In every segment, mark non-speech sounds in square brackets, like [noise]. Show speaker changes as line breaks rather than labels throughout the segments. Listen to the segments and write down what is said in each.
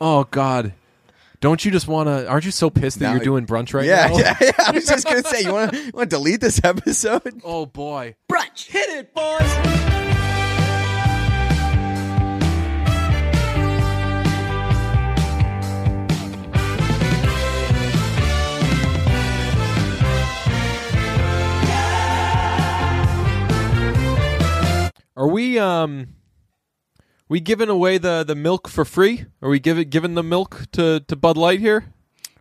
Oh God. Don't you just want to? Aren't you so pissed that
Now-
you're doing brunch right
yeah,
now?
yeah, yeah. I was just gonna
[laughs]
say, you want to want to delete this episode?
Oh boy.
Brunch. Hit it, boys.
Are we um? We giving away the the milk for free? Are we giving giving the milk to to Bud Light here?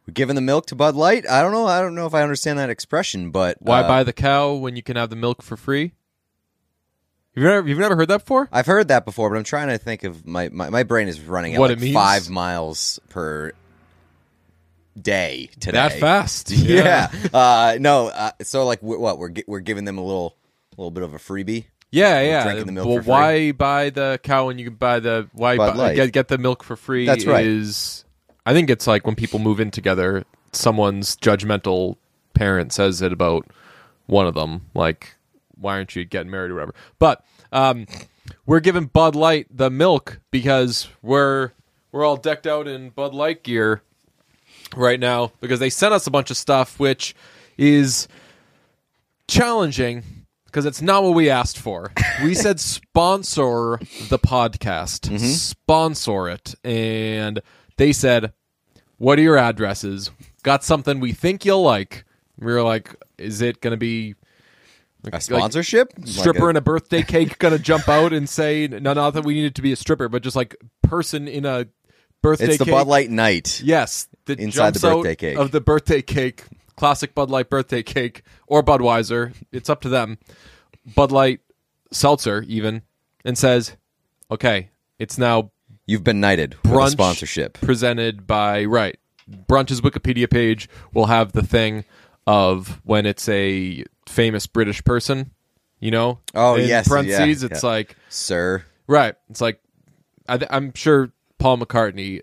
We're giving the milk to Bud Light. I don't know. I don't know if I understand that expression, but
Why
uh,
buy the cow when you can have the milk for free? You've never you've never heard that before?
I've heard that before, but I'm trying to think of my my, my brain is running at
What
like
it means?
five miles per day today.
That fast?
Yeah. Uh, no. Uh, so like, we what we're gi- we're giving them a little little bit of a freebie.
Yeah, yeah.
drinking the milk
well,
for free.
why buy the cow when you can buy the why
Bud
buy,
Light.
get get the milk for free?
That's right.
Is I think it's like when people move in together, someone's judgmental parent says it about one of them, like why aren't you getting married or whatever. But um, we're giving Bud Light the milk because we're we're all decked out in Bud Light gear right now because they sent us a bunch of stuff which is challenging because it's not what we asked for. We
[laughs]
said sponsor the podcast,
Mm-hmm.
sponsor it. And they said, What are your addresses? Got something we think you'll like. We were like, Is it going to be
A sponsorship? Like
stripper
a-
in a birthday cake going to jump out and say, No, not that we need it to be a stripper, but just like person in a birthday
It's the
cake?
Bud Light night.
Yes, that
Inside
jumps
the birthday
out
cake.
of the birthday cake, classic Bud Light birthday cake or Budweiser. It's up to them. Bud Light seltzer even and says, "Okay, it's now
You've been knighted with a
brunch
sponsorship.
presented by right brunch's Wikipedia page will have the thing of when it's a famous British person, you know.
Oh,
In
yes, yeah,
parentheses, it's
yeah.
like
Sir.
Right. It's like I th- I'm sure Paul McCartney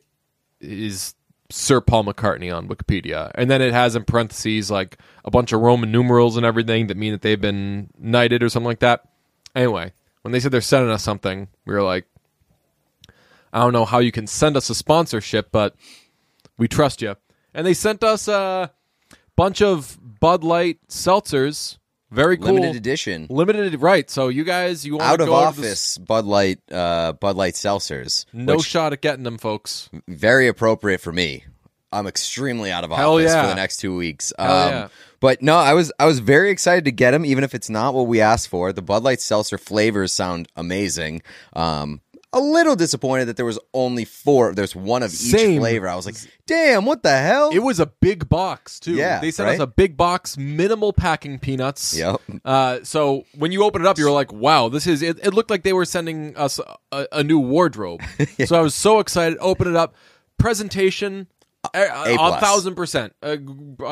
is Sir Paul McCartney on Wikipedia, and then it has in parentheses like a bunch of Roman numerals and everything that mean that they've been knighted or something like that. Anyway, when they said they're sending us something, we were like, I don't know how you can send us a sponsorship, but we trust you. And they sent us a bunch of Bud Light seltzers. Very cool.
Limited edition.
Limited, right? So you guys, you want
Out
to
of
go to the
office Bud Light uh, Bud Light seltzers.
No
which
shot at getting them, folks.
very appropriate for me. I'm extremely out of
Hell
office
yeah.
for the next two weeks. Um,
yeah.
But no, I was I was very excited to get them, even if it's not what we asked for. The Bud Light Seltzer flavors sound amazing. Um, a little disappointed that there was only four. There's one of each
Same.
flavor. I was like, damn, what the hell?
It was a big box too.
Yeah,
they sent us
right?
a big box, minimal packing peanuts.
Yep.
Uh, so when you open it up, you're like, "Wow, this is." It, it looked like they were sending us a, a new wardrobe.
[laughs]
So I was so excited. Open it up. Presentation eh, a,
plus.
thousand percent, a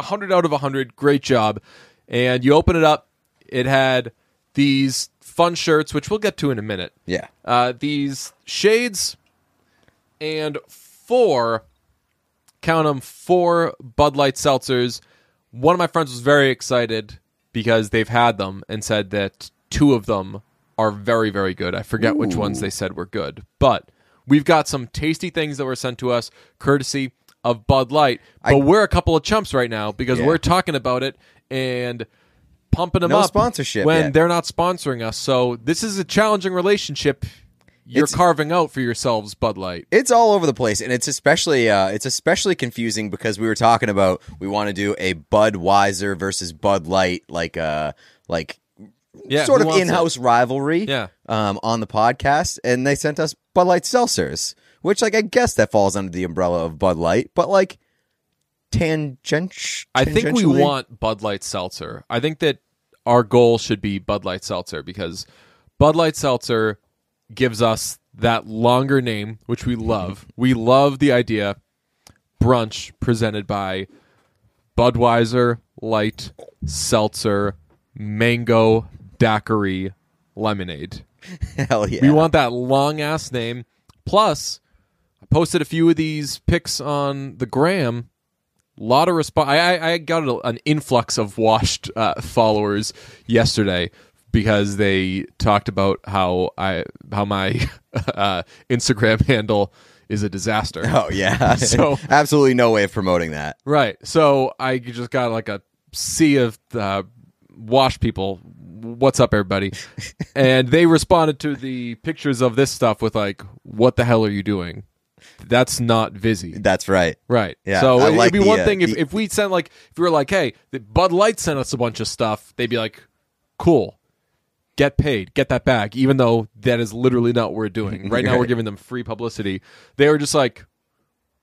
hundred out of a hundred. Great job. And you open it up. It had these fun shirts, which we'll get to in a minute.
yeah.
uh, these shades and four count them four bud light seltzers one of my friends was very excited because they've had them and said that two of them are very very good i forget which ones they said were good but we've got some tasty things that were sent to us courtesy of bud light but we're a couple of chumps right now because
Yeah.
we're talking about it and pumping them
No
up
sponsorship
when
yet.
they're not sponsoring us. So this is a challenging relationship you're
It's-
carving out for yourselves, Bud Light.
it's all over the place and it's especially uh, it's especially confusing because we were talking about we want to do a budweiser versus bud light like uh like
Yeah,
sort
who
of
wants
in-house rivalry
Yeah.
um, on the podcast and they sent us bud light seltzers which like i guess that falls under the umbrella of bud light but like tangent
it? I think we
tangentially?
want Bud Light Seltzer. I think that our goal should be Bud Light Seltzer because Bud Light Seltzer gives us that longer name, which we love. we love the idea. Brunch presented by Budweiser Light Seltzer Mango Daiquiri Lemonade.
[laughs] hell yeah
We want that long ass name. Plus, I posted a few of these pics on the gram. Lot of response. I, I I got a, an influx of washed uh, followers yesterday because [laughs] they talked about how I how my uh, Instagram handle is a disaster.
[laughs] Oh
[laughs]
yeah.
So-
absolutely no way of promoting that.
Right. So I just got like a sea of uh, wash people. What's up, everybody? and they responded to the pictures of this stuff with like, "What the hell are you doing? That's not Vizzy."
That's right.
Right.
Yeah,
So
I
it, would
like
be
the,
one
uh,
thing if,
the-
if we sent like if we were like, "Hey, the Bud Light sent us a bunch of stuff," they'd be like, "Cool." Get paid, get that back, even though that is literally not what we're
[laughs]
doing. Right now, we're
Right.
giving them free publicity. They were just like,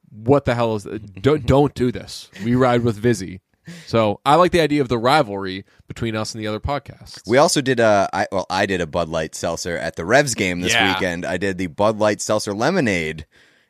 what the hell is [laughs] don't don't do this. We ride with Vizzy. So I like the idea of the rivalry between us and the other podcasts.
We also did a I well I did a Bud Light seltzer at the Revs game this
Yeah.
weekend. I did the Bud Light seltzer lemonade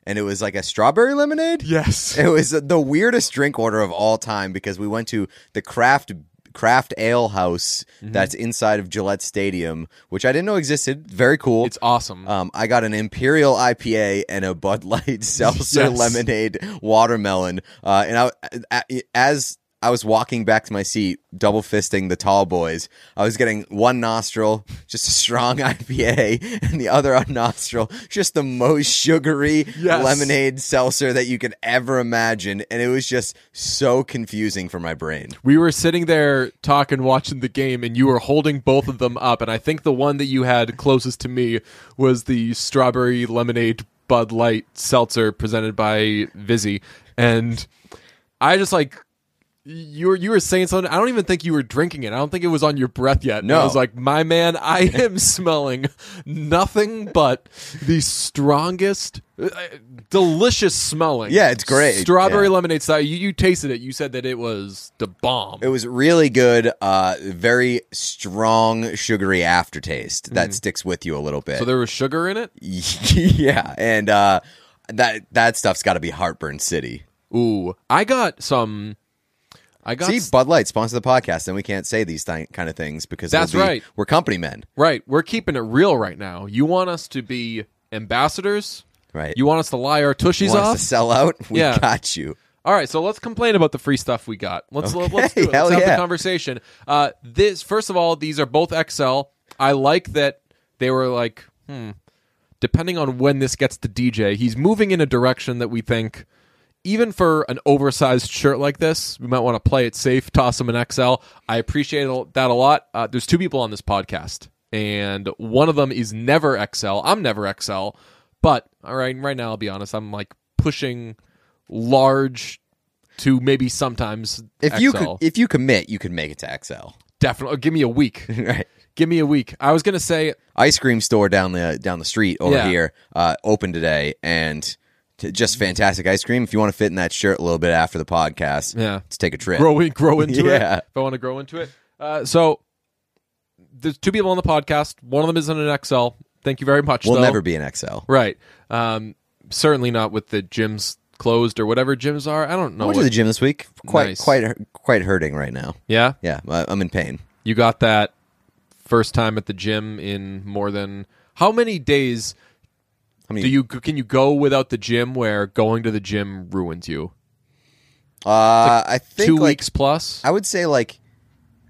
and it was like a strawberry lemonade.
yes.
It was the weirdest drink order of all time because we went to the craft craft ale house that's inside of Gillette Stadium, which I didn't know existed. Very cool.
It's awesome.
um, I got an Imperial IPA and a Bud Light [laughs] seltzer
Yes.
lemonade watermelon. Uh, and I, a- as I was walking back to my seat, double fisting the tall boys, I was getting one nostril, just a strong [laughs] IPA, and the other [laughs] nostril, just the most sugary
Yes.
lemonade seltzer that you could ever imagine. And it was just so confusing for my brain.
we were sitting there talking, watching the game, and you were holding both of them up. And I think the one that you had closest to me was the strawberry lemonade Bud Light seltzer presented by Vizzy. And I just like you were you were saying something. I don't even think you were drinking it. I don't think it was on your breath yet. And I
No.
was like, my man, I
[laughs]
am smelling nothing but the strongest, uh, delicious smelling.
Yeah, it's great.
Strawberry
Yeah.
lemonade style. You you tasted it. You said that it was the bomb.
It was really good, uh, very strong, sugary aftertaste that sticks with you a little bit.
Mm-hmm. so there was sugar in it.
[laughs] yeah, and uh, that that stuff's got to be Heartburn City.
Ooh, I got some. I got
See,
s-
Bud Light sponsor the podcast, and we can't say these thi- kind of things because
That's
we'll be-
right.
We're company men,
right. We're keeping it real right now. You want us to be ambassadors?
right?
You want us to lie our tushies
want
off?
us to sell
[laughs]
out? We
Yeah.
got you.
All right, so let's complain about the free stuff we got. Let's let's do it.
hell
Let's have
yeah.
the conversation. Uh, this first of all, these are both XL. I like that they were like, hmm. Depending on when this gets to DJ, he's moving in a direction that we think, even for an oversized shirt like this, we might want to play it safe. Toss him an XL. I appreciate al- that a lot. Uh, there's two people on this podcast, and one of them is never XL. I'm never XL, but all right, right now I'll be honest. I'm like pushing large to maybe sometimes
If
XL.
you could, if you commit, you could make it to XL,
definitely Oh, give me a week.
[laughs]
[laughs]
right?
give me a week. I was gonna say
Ice cream store down the down the street over
Yeah.
here uh, open today, and t- just fantastic ice cream. If you want to fit in that shirt a little bit after the podcast,
Yeah.
let's take a trip.
grow in- grow into
Yeah.
it. If I want to grow into it, uh, so there's two people on the podcast. One of them is in an XL. Thank you very much.
we'll
though.
never be an XL.
right. Um, certainly not with the gyms closed or whatever gyms are. I don't know.
I went to
what-
the gym this week. Quite,
Nice.
quite, quite hurting right now.
yeah,
Yeah, I- I'm in pain.
you got that first time at the gym in more than how many days
How many?
do you can you go without the gym where going to the gym ruins you?
Uh, I think
Two
like,
weeks plus.
I would say like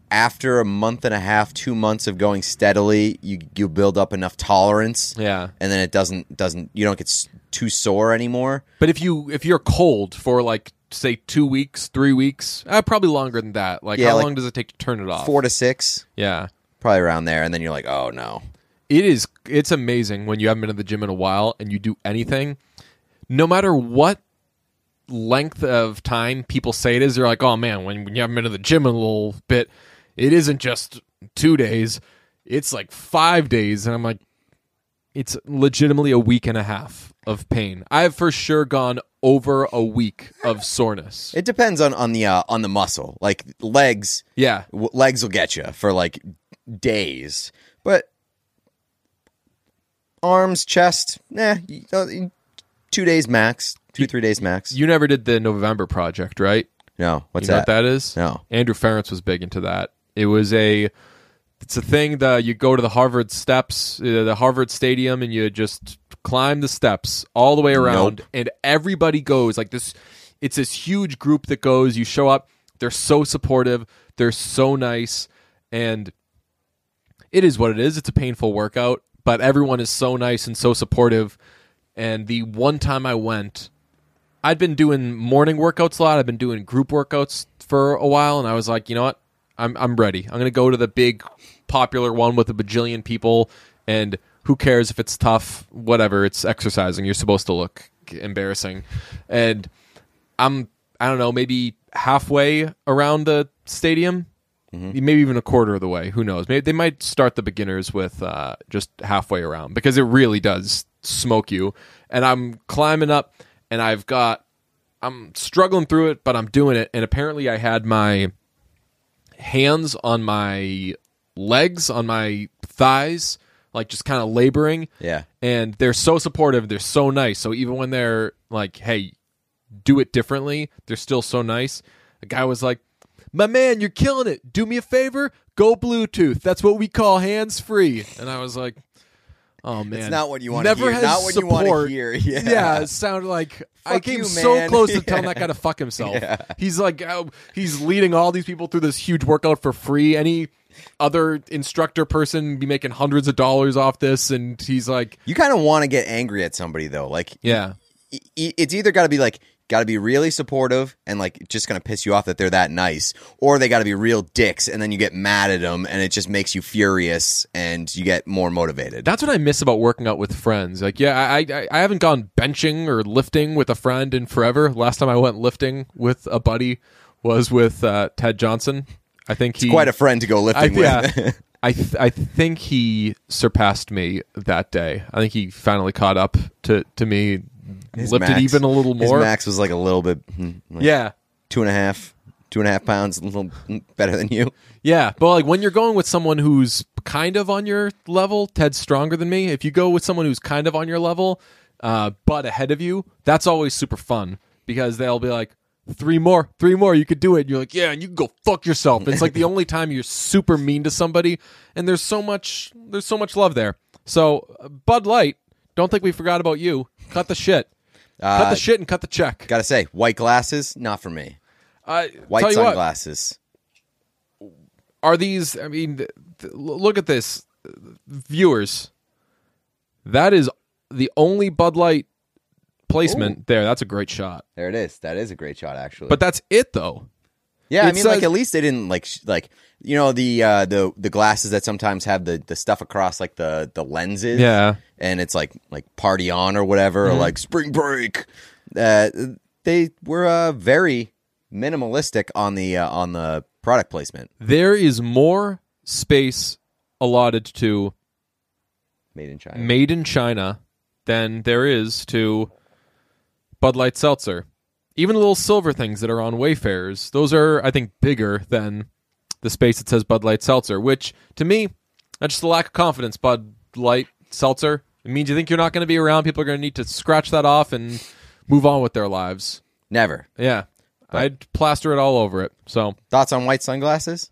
after a month and a half, two months of going steadily, you you build up enough tolerance.
Yeah.
and then it doesn't doesn't you don't get s- too sore anymore.
But if you if you're cold for like say two weeks, three weeks, uh, probably longer than that. Like
Yeah,
how
like
long does it take to turn it off?
Four to six,
Yeah,
probably around there, and then you're like, oh no.
it is. It's amazing when you haven't been to the gym in a while and you do anything, no matter what length of time people say it is. They're like, oh man, when, when you haven't been to the gym in a little bit, it isn't just two days. It's like five days, and I'm like, it's legitimately a week and a half of pain. I have for sure gone over a week of
[laughs]
soreness.
It depends on on the uh, on the muscle, like legs.
Yeah.
w- legs will get you for like days, but arms, chest, nah, y- uh, y- two days max, two three days max.
You never did the November project, right?
no, what's
you know what that is?
No.
Andrew Ference was big into that. It was a it's a thing that you go to the Harvard steps, uh, the Harvard Stadium and you just climb the steps all the way around and everybody goes like this it's this huge group that goes, you show up, they're so supportive, they're so nice and it is what it is. It's a painful workout, but everyone is so nice and so supportive. And the one time I went, I'd been doing morning workouts a lot. I've been doing group workouts for a while, and I was like, you know what? I'm I'm ready. I'm gonna go to the big, popular one with a bajillion people, and who cares if it's tough? Whatever. It's exercising. You're supposed to look embarrassing, and I'm I don't know maybe halfway around the stadium, maybe even a quarter of the way. Who knows? Maybe they might start the beginners with uh, just halfway around because it really does smoke you. And I'm climbing up, and I've got I'm struggling through it, but I'm doing it. And apparently, I had my hands on my legs, on my thighs, like just kind of laboring.
Yeah.
And they're so supportive. They're so nice. So even when they're like, hey, do it differently, they're still so nice. The guy was like, my man, you're killing it. Do me a favor. Go Bluetooth. That's what we call hands free. And I was like, oh, man.
It's not what you want to
Never
hear.
has
Not what you
support.
want to hear. [laughs] Yeah.
[laughs] Yeah, it sounded like I
Fuck
came
you,
so
man. [laughs]
close to telling that guy to fuck himself. He's like, oh, he's leading all these people through this huge workout for free. Any other instructor person be making hundreds of dollars off this, and he's like,
You kind of want to get angry at somebody though. Like
yeah,
e- e- it's either got to be like got to be really supportive and like just gonna piss you off that they're that nice or they got to be real dicks and then you get mad at them and it just makes you furious and you get more motivated
that's what I miss about working out with friends. Like, yeah, I I, I haven't gone benching or lifting with a friend in forever. Last time I went lifting with a buddy was with uh, Ted Johnson. I think he
quite a friend to go
I,
lifting with [laughs]
yeah, I th- I think he surpassed me that day. I think he finally caught up to to me,
His
lifted
max-
even a little
his
more.
max was like a little bit hmm, like
yeah,
two and a half two and a half pounds a little hmm, better than you
yeah. But like when you're going with someone who's kind of on your level, Ted's stronger than me. If you go with someone who's kind of on your level, uh, but ahead of you, that's always super fun because they'll be like. Three more, three more, you could do it. And you're like, yeah, and you can go fuck yourself. It's like the only time you're super mean to somebody, and there's so much, there's so much love there. So uh, Bud Light, don't think we forgot about you. Cut the shit, cut
Uh,
the shit, and cut the check.
gotta say white glasses not for me
I-
white
tell you what,
sunglasses
are these i mean th- th- look at this viewers that is the only bud light placement there that's a great shot
there it is that is a great shot actually
but that's it though
Yeah, I
It
mean, like
says-
at least they didn't like sh- like you know the uh, the the glasses that sometimes have the the stuff across like the the lenses.
Yeah. Mm-hmm.
and it's like like party on or whatever, or like spring break. Uh, they were uh, very minimalistic on the uh, on the product placement.
there is more space allotted to
Made in China.
made in china than there is to bud light seltzer even the little silver things that are on wayfarers those are i think bigger than the space that says Bud Light Seltzer, which to me, that's just a lack of confidence. Bud Light Seltzer. It means you think you're not going to be around. People are going to need to scratch that off and move on with their lives.
Never
Yeah. I'd plaster it all over it. So
thoughts on white sunglasses.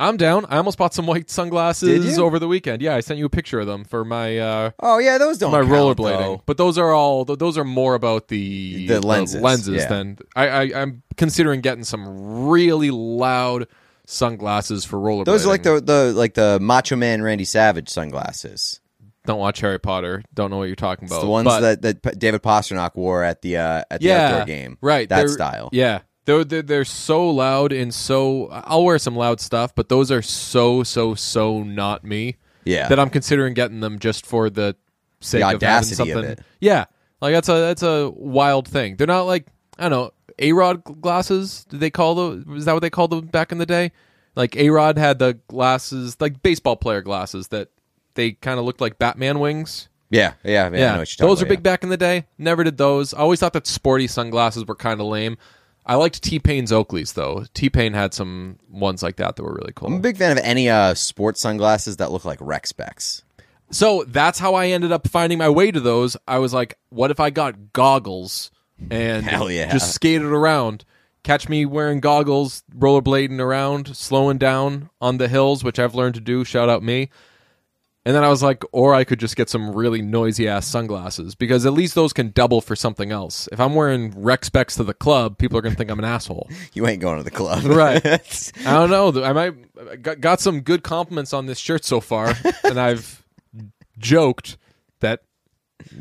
I'm down. I almost bought some white
Did
sunglasses
you?
over the weekend. Yeah, I sent you a picture of them for my uh,
Oh yeah, those don't
my
count,
rollerblading.
though.
But those are all. th- Those are more about the
The lenses,
lenses
yeah.
than I, I. I'm considering getting some really loud sunglasses for rollerblading.
Those are like the the like the Macho Man Randy Savage sunglasses.
don't watch Harry Potter, don't know what you're talking about.
It's the ones
but-
that, that P- David Pasternak wore at the uh, at the outdoor game.
right?
that
they're-
style.
yeah. They're, they're they're so loud and so I'll wear some loud stuff, but those are so so so not me
Yeah.
that I'm considering getting them just for the sake
The
of having
audacity of
something.
it.
Yeah, like that's a that's a wild thing. They're not like I don't know a rod glasses. Did they call those? Is that what they called them back in the day? Like a rod had the glasses, like baseball player glasses that they kind of looked like Batman wings.
yeah, yeah, yeah. I
Yeah,
know what you're
those
talking
are big
about,
back in the day. Never did those. I always thought that sporty sunglasses were kind of lame. I liked T Pain's Oakleys though. T Pain had some ones like that that were really
yeah. I'm a
cool.
big fan of any uh, sports sunglasses that look like rec specs.
So that's how I ended up finding my way to those. I was like, what if I got goggles and
[laughs] Hell yeah.
just skated around? Catch me wearing goggles, rollerblading around, slowing down on the hills, which I've learned to do. Shout out me. And then I was like, or I could just get some really noisy ass sunglasses because at least those can double for something else. If I'm wearing rec specs to the club, people are going to think I'm an asshole.
You ain't going to the club,
Right.
[laughs] That's-
I don't know. I might I got, got some
[laughs]
good compliments on this shirt so far, and I've joked that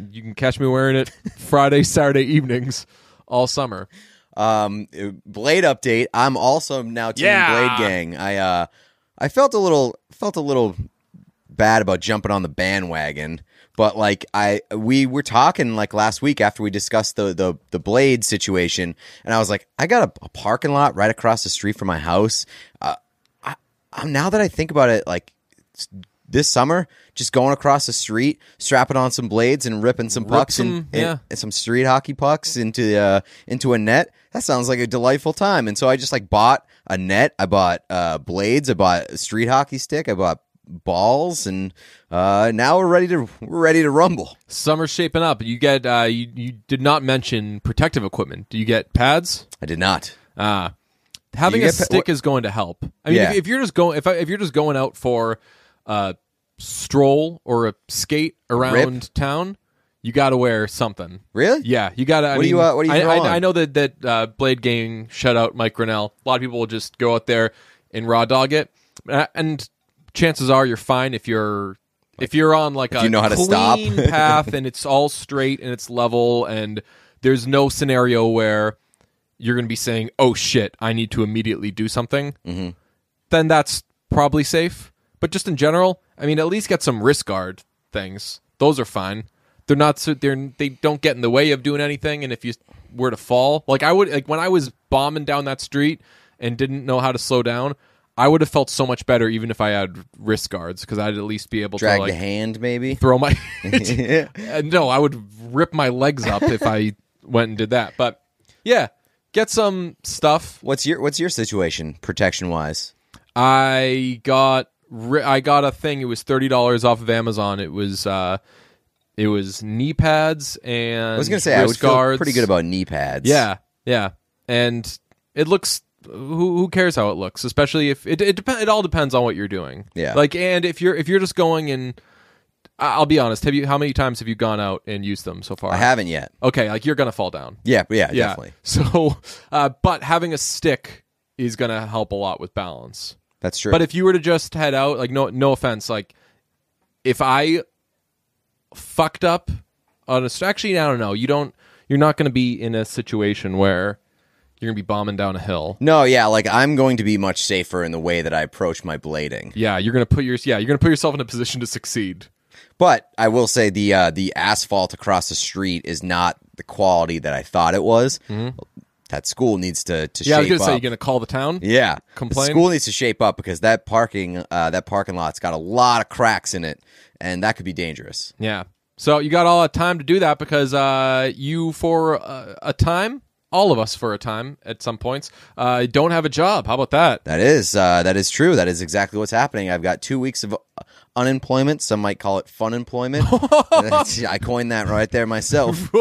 You can catch me wearing it Friday, Saturday evenings all summer.
Um, Blade update. I'm also now team
Yeah.
Blade Gang. I uh, I felt a little felt a little bad about jumping on the bandwagon, but like I we were talking like last week after we discussed the the the Blade situation, and I was like, I got a, a parking lot right across the street from my house. Uh, I, I now that I think about it, like s- this summer, just going across the street, strapping on some blades and ripping some pucks and,
some- yeah.
and, and some street hockey pucks into uh, into a net. That sounds like a delightful time. And so I just like bought a net. I bought uh, blades. I bought a street hockey stick. I bought balls, and uh, now we're ready to we're ready to rumble.
Summer's shaping up. You get uh, you you did not mention protective equipment. Do you get pads?
I did not.
Ah, having
You
a
get pa-
stick
what-
is going to help. I mean,
Yeah.
if, if you're just going, if I, if you're just going out for a stroll or a skate around town, you got to wear something.
Really?
Yeah, you got to.
What do you, uh, what do you
I,
throw
I,
on?
I know that that uh, Blade Gang shut out Mike Grinnell. A lot of people will just go out there and raw dog it, Uh, and chances are you're fine if you're. If you're on like a
you know how to
clean
stop.
[laughs] path and it's all straight and it's level and there's no scenario where you're going to be saying, "Oh shit, I need to immediately do something," then that's probably safe. But just in general, I mean, at least get some wrist guard things. Those are fine. They're not so they're they don't get in the way of doing anything. And if you were to fall, like I would, like when I was bombing down that street and didn't know how to slow down, I would have felt so much better even if I had wrist guards because I'd at least be able
Drag
to
the
like
hand, maybe.
throw
[laughs]
my [laughs] Uh, no, I would rip my legs up if
[laughs]
I went and did that. But yeah, get some stuff.
what's your What's your situation protection wise?
I got ri- I got a thing. It was thirty dollars off of Amazon. It was uh, it was knee pads and
I was gonna say I would
wrist guards.
feel pretty good about knee pads.
Yeah, yeah, and it looks. Who, who cares how it looks? Especially if it it depends. It all depends on what you're doing.
Yeah.
Like, and if you're if you're just going and I- I'll be honest. Have you? How many times have you gone out and used them so far?
I haven't yet.
Okay, like you're gonna fall down.
Yeah, yeah, definitely.
[laughs] So, uh, but having a stick is going to help a lot with balance.
That's true.
But if you were to just head out, like no, no offense, like if I fucked up on a actually, I don't know. You don't. You're not going to be in a situation where you're going to be bombing down a hill.
No, yeah, like I'm going to be much safer in the way that I approach my blading.
Yeah, you're going to put your yeah, you're going to put yourself in a position to succeed.
But I will say the uh, the asphalt across the street is not the quality that I thought it was. That school needs to to
Mm-hmm. Yeah, I was
shape
going to
up.
say you're going to call the town.
yeah,
complain?
The school needs to shape up because that parking uh, that parking lot's got a lot of cracks in it, and that could be dangerous.
Yeah. So you got all that time to do that because uh, you, for uh, a time, all of us for a time at some points, uh, don't have a job. How about
[laughs]
that? [laughs]
That is uh, that is true. That is exactly what's happening. I've got two weeks of uh, unemployment. Some might call it fun employment.
[laughs]
[laughs] I coined that right there myself.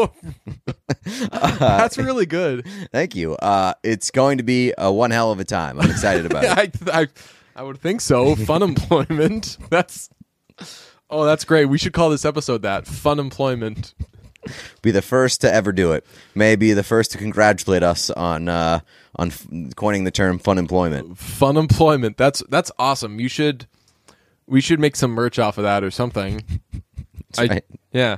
That's really good.
Thank you. Uh, it's going to be a one hell of a time. I'm excited about it.
[laughs] I, I, I would think so. Fun employment. [laughs] That's. Oh, that's great. We should call this episode that. Fun employment.
Be the first to ever do it. May be the first to congratulate us on uh, on f- coining the term fun employment.
Fun employment. That's that's awesome. You should we should make some merch off of that or something. I-
right.
Yeah.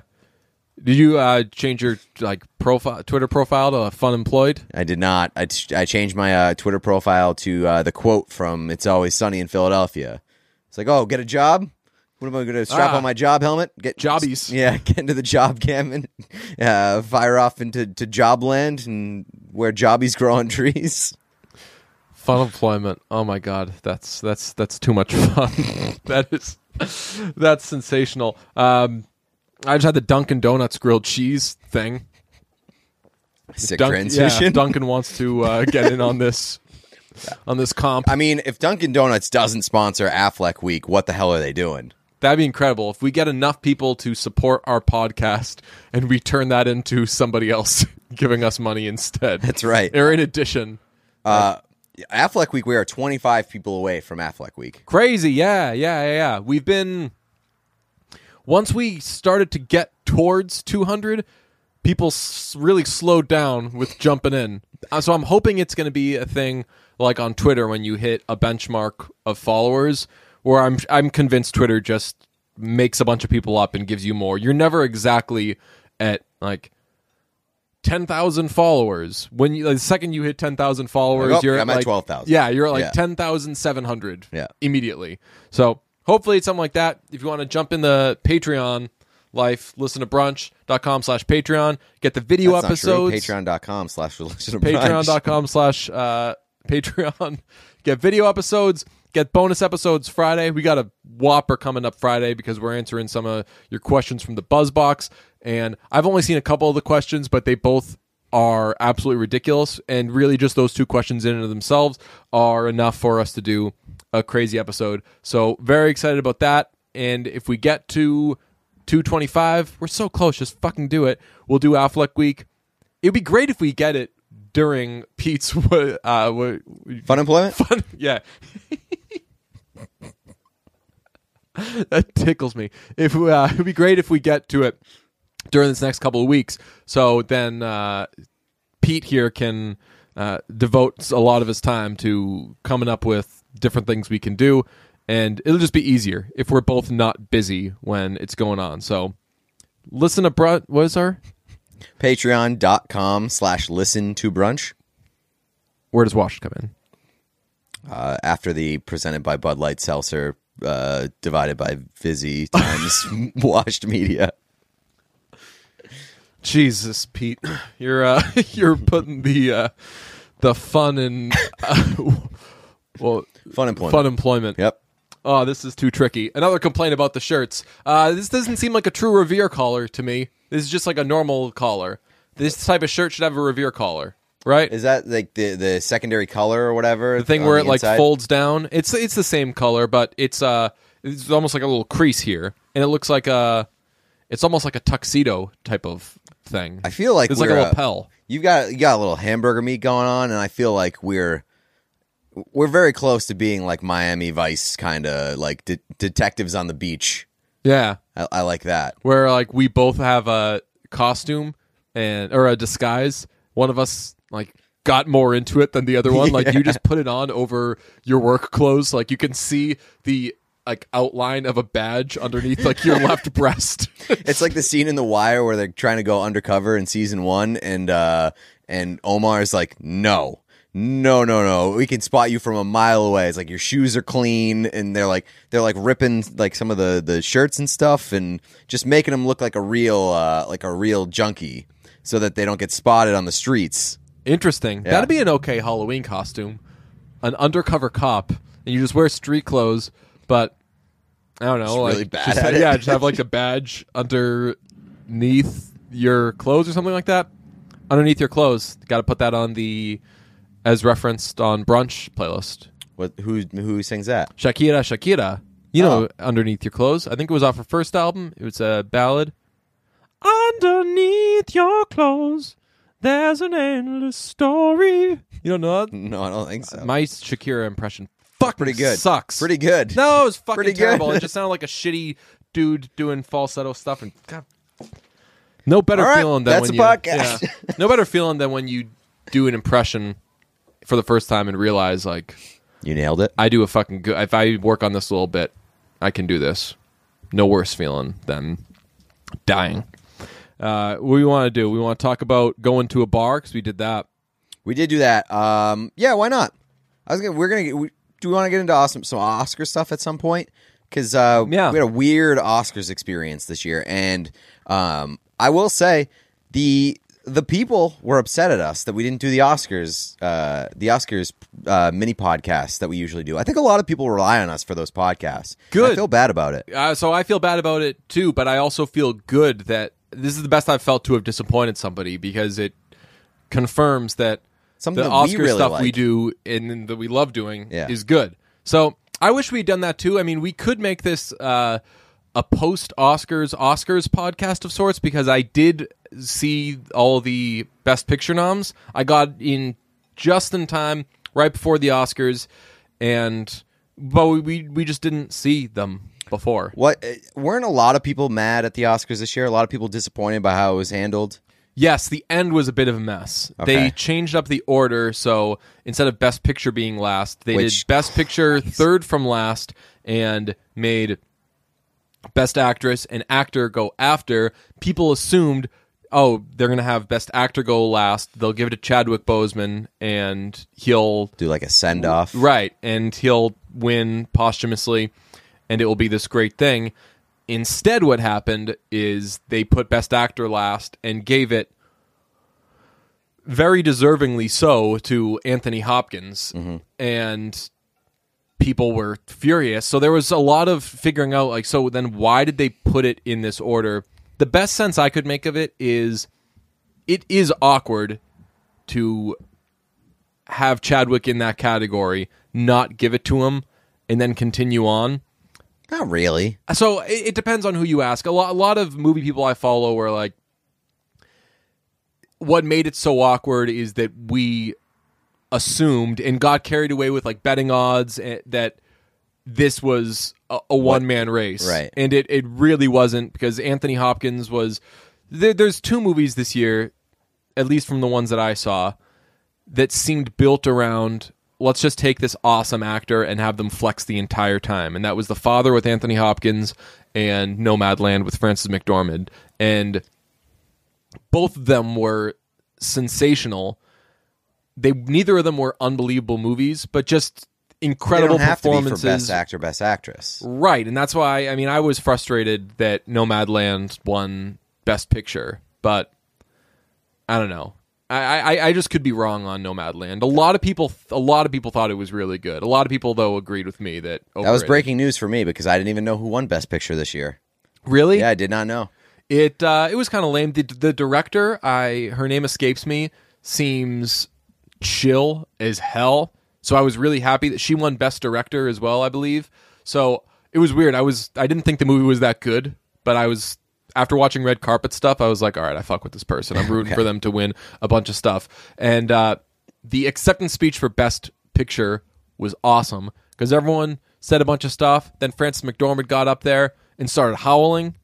Did you uh, change your like profile Twitter profile to uh, fun employed?
I did not. I, t- I changed my uh, Twitter profile to uh, the quote from "It's Always Sunny in Philadelphia." It's like, oh, get a job. What am I going to strap
Ah.
on my job helmet? Get
Jobbies.
[laughs] Yeah, get into the job cabin, [laughs] uh, fire off into to job land, and where jobbies grow on trees. [laughs]
Fun employment. Oh my god, that's that's that's too much fun. [laughs] that is that's sensational. Um, I just had the Dunkin' Donuts grilled cheese thing.
Sick
Dunk-
transition.
Yeah, Dunkin' wants to uh, get in on
[laughs]
this on this comp.
I mean, if Dunkin' Donuts doesn't sponsor Affleck Week, what the hell are they doing?
That'd be incredible if we get enough people to support our podcast and we turn that into somebody else [laughs] giving us money instead.
That's right.
Or in addition.
Affleck Week, we are 25 people away from Affleck Week.
Crazy, yeah, yeah, yeah, yeah. We've been once we started to get towards 200, people s- really slowed down with jumping in. Uh, So I'm hoping it's going to be a thing like on Twitter when you hit a benchmark of followers, where I'm I'm convinced Twitter just makes a bunch of people up and gives you more. You're never exactly at like ten thousand followers. When you, like, the second you hit ten thousand followers,
Like, oh,
you're
I'm at
like-
12,000.
Yeah, you're at like
Yeah.
ten thousand seven hundred.
Yeah.
immediately. So hopefully it's something like that. If you want to jump in the Patreon life, listen to brunch.com slash Patreon. Get the video
That's not true.
episodes
Patreon.com slash religion of brunch.
patreon.com slash uh, patreon [laughs] get video episodes get bonus episodes friday we got a whopper coming up friday because we're answering some of your questions from the buzzbox and i've only seen a couple of the questions but they both are absolutely ridiculous and really just those two questions in and of themselves are enough for us to do a crazy episode so very excited about that and if we get to 225 we're so close just fucking do it we'll do affleck week It'd be great if we get it during Pete's. [laughs] wa- Uh, wa-
Fun employment?
fun. [laughs] Yeah. [laughs] that tickles me. If uh, it'd be great if we get to it during this next couple of weeks, so then uh, Pete here can uh, devote a lot of his time to coming up with different things we can do, and it'll just be easier if we're both not busy when it's going on. So listen to Brut. What is our?
Patreon.com slash listen to brunch.
Where does Wash come in?
uh, after the presented by Bud Light Seltzer uh, divided by
[laughs]
Vizzy times washed media.
Jesus, Pete, [clears throat] you're uh, [laughs] you're putting the uh, the fun and uh, [laughs] well
Fun employment.
fun employment.
Yep.
Oh, this is too tricky. Another complaint about the shirts. Uh, this doesn't seem like a true Revere collar to me. This is just like a normal collar. This type of shirt should have a Revere collar, right?
Is that like the the secondary color or whatever?
the thing
on
where
the
it like
inside?
folds down. It's it's the same color, but it's uh it's almost like a little crease here, and it looks like a it's almost like a tuxedo type of thing.
I feel like
it's like a
we're, uh,
lapel.
You've got you got a little hamburger meat going on, and I feel like we're we're very close to being like Miami Vice kind of like de- detectives on the beach.
Yeah,
I, I like that.
where like we both have a costume and or a disguise. One of us like got more into it than the other one. Like you just put it on over your work clothes. Like you can see the like outline of a badge underneath like your left [laughs] breast.
It's like the scene in The Wire where they're trying to go undercover in season one, and uh, and Omar's like, "No, no, no, no, we can spot you from a mile away." It's like your shoes are clean, and they're like they're like ripping like some of the the shirts and stuff, and just making them look like a real uh, like a real junkie, so that they don't get spotted on the streets.
Interesting. That'd be an okay Halloween costume. An undercover cop, and you just wear street clothes, but I don't know, like
really bad
just
at
have,
it.
yeah, just
[laughs]
have like a badge underneath your clothes or something like that. Underneath your clothes, got to put that on the as referenced on brunch playlist.
What who who sings that?
Shakira, Shakira, you know,
Oh.
underneath your clothes. I think it was off her first album. It was a ballad. Underneath your clothes, there's an endless story. You don't know that?
No, I don't think so.
My Shakira impression fucking
pretty good.
Uh, sucks.
[laughs] Pretty good.
No, it was fucking
Pretty good.
terrible. It just sounded like a shitty dude doing falsetto stuff and God. No better
All right,
feeling than when
that's a
you
podcast.
yeah. No better feeling than when you do an impression for the first time and realize like
You nailed it.
I do a fucking good. If I work on this a little bit, I can do this. No worse feeling than dying. Uh, what we want to do? We want to talk about going to a bar because we did that.
We did do that. Um, yeah, why not? I was gonna. We're gonna. We, do we want to get into awesome some Oscar stuff at some point? Because uh,
Yeah.
we had a weird Oscars experience this year, and um, I will say the the people were upset at us that we didn't do the Oscars uh, the Oscars uh, mini podcasts that we usually do. I think a lot of people rely on us for those podcasts. and I
Good.
feel bad about it.
Uh, so I feel bad about it too, but I also feel good that this is the best I've felt to have disappointed somebody because it confirms that
Something
the
that we
Oscar
really
stuff we
like.
do and, and that we love doing
Yeah.
is good. So I wish we'd done that too. I mean, we could make this uh, a post Oscars Oscars podcast of sorts because I did see all the Best Picture noms. I got in just in time right before the Oscars, and but we we, we just didn't see them before.
What uh, weren't a lot of people mad at the Oscars this year? A lot of people disappointed by how it was handled.
Yes, the end was a bit of a mess. They
Okay.
changed up the order, so instead of Best Picture being last, they
Which-
did Best Picture third from last and made Best Actress and Actor go after. People assumed, oh, they're going to have Best Actor go last. They'll give it to Chadwick Boseman, and he'll
Do like a send off.
Right. And he'll win posthumously and it will be this great thing. Instead, what happened is they put Best Actor last and gave it very deservingly so to Anthony Hopkins. And people were furious. So there was a lot of figuring out like, so then why did they put it in this order? The best sense I could make of it is it is awkward to have Chadwick in that category, not give it to him, and then continue on.
Not really.
So it, it depends on who you ask. A lot, a lot of movie people I follow are like, what made it so awkward is that we assumed and got carried away with like betting odds eh, that this was a, a one man race,
Right.
And it it really wasn't because Anthony Hopkins was. There, there's two movies this year, at least from the ones that I saw, that seemed built around let's just take this awesome actor and have them flex the entire time. And that was The Father with Anthony Hopkins and Nomadland with Francis McDormand. And both of them were sensational. They neither of them were unbelievable movies, but just
They
incredible
don't have to be for
performances.
best actor, best actress.
Right, and that's why I mean I was frustrated that Nomadland won Best Picture, but I don't know. I, I, I just could be wrong on Nomadland. A lot of people, a lot of people thought it was really good. A lot of people though agreed with me that
That was
overrated.
breaking news for me because I didn't even know who won best picture this year.
Really,
Yeah, I did not know.
it uh, it was kind of lame. The, the director, I her name escapes me, seems chill as hell. So I was really happy that she won Best Director as well, I believe. So it was weird. I was I didn't think the movie was that good, but I was after watching red carpet stuff, I was like, all right, I fuck with this person. I'm rooting for them to win a bunch of stuff. And uh, the acceptance speech for Best Picture was awesome because everyone said a bunch of stuff. Then Francis McDormand got up there and started howling.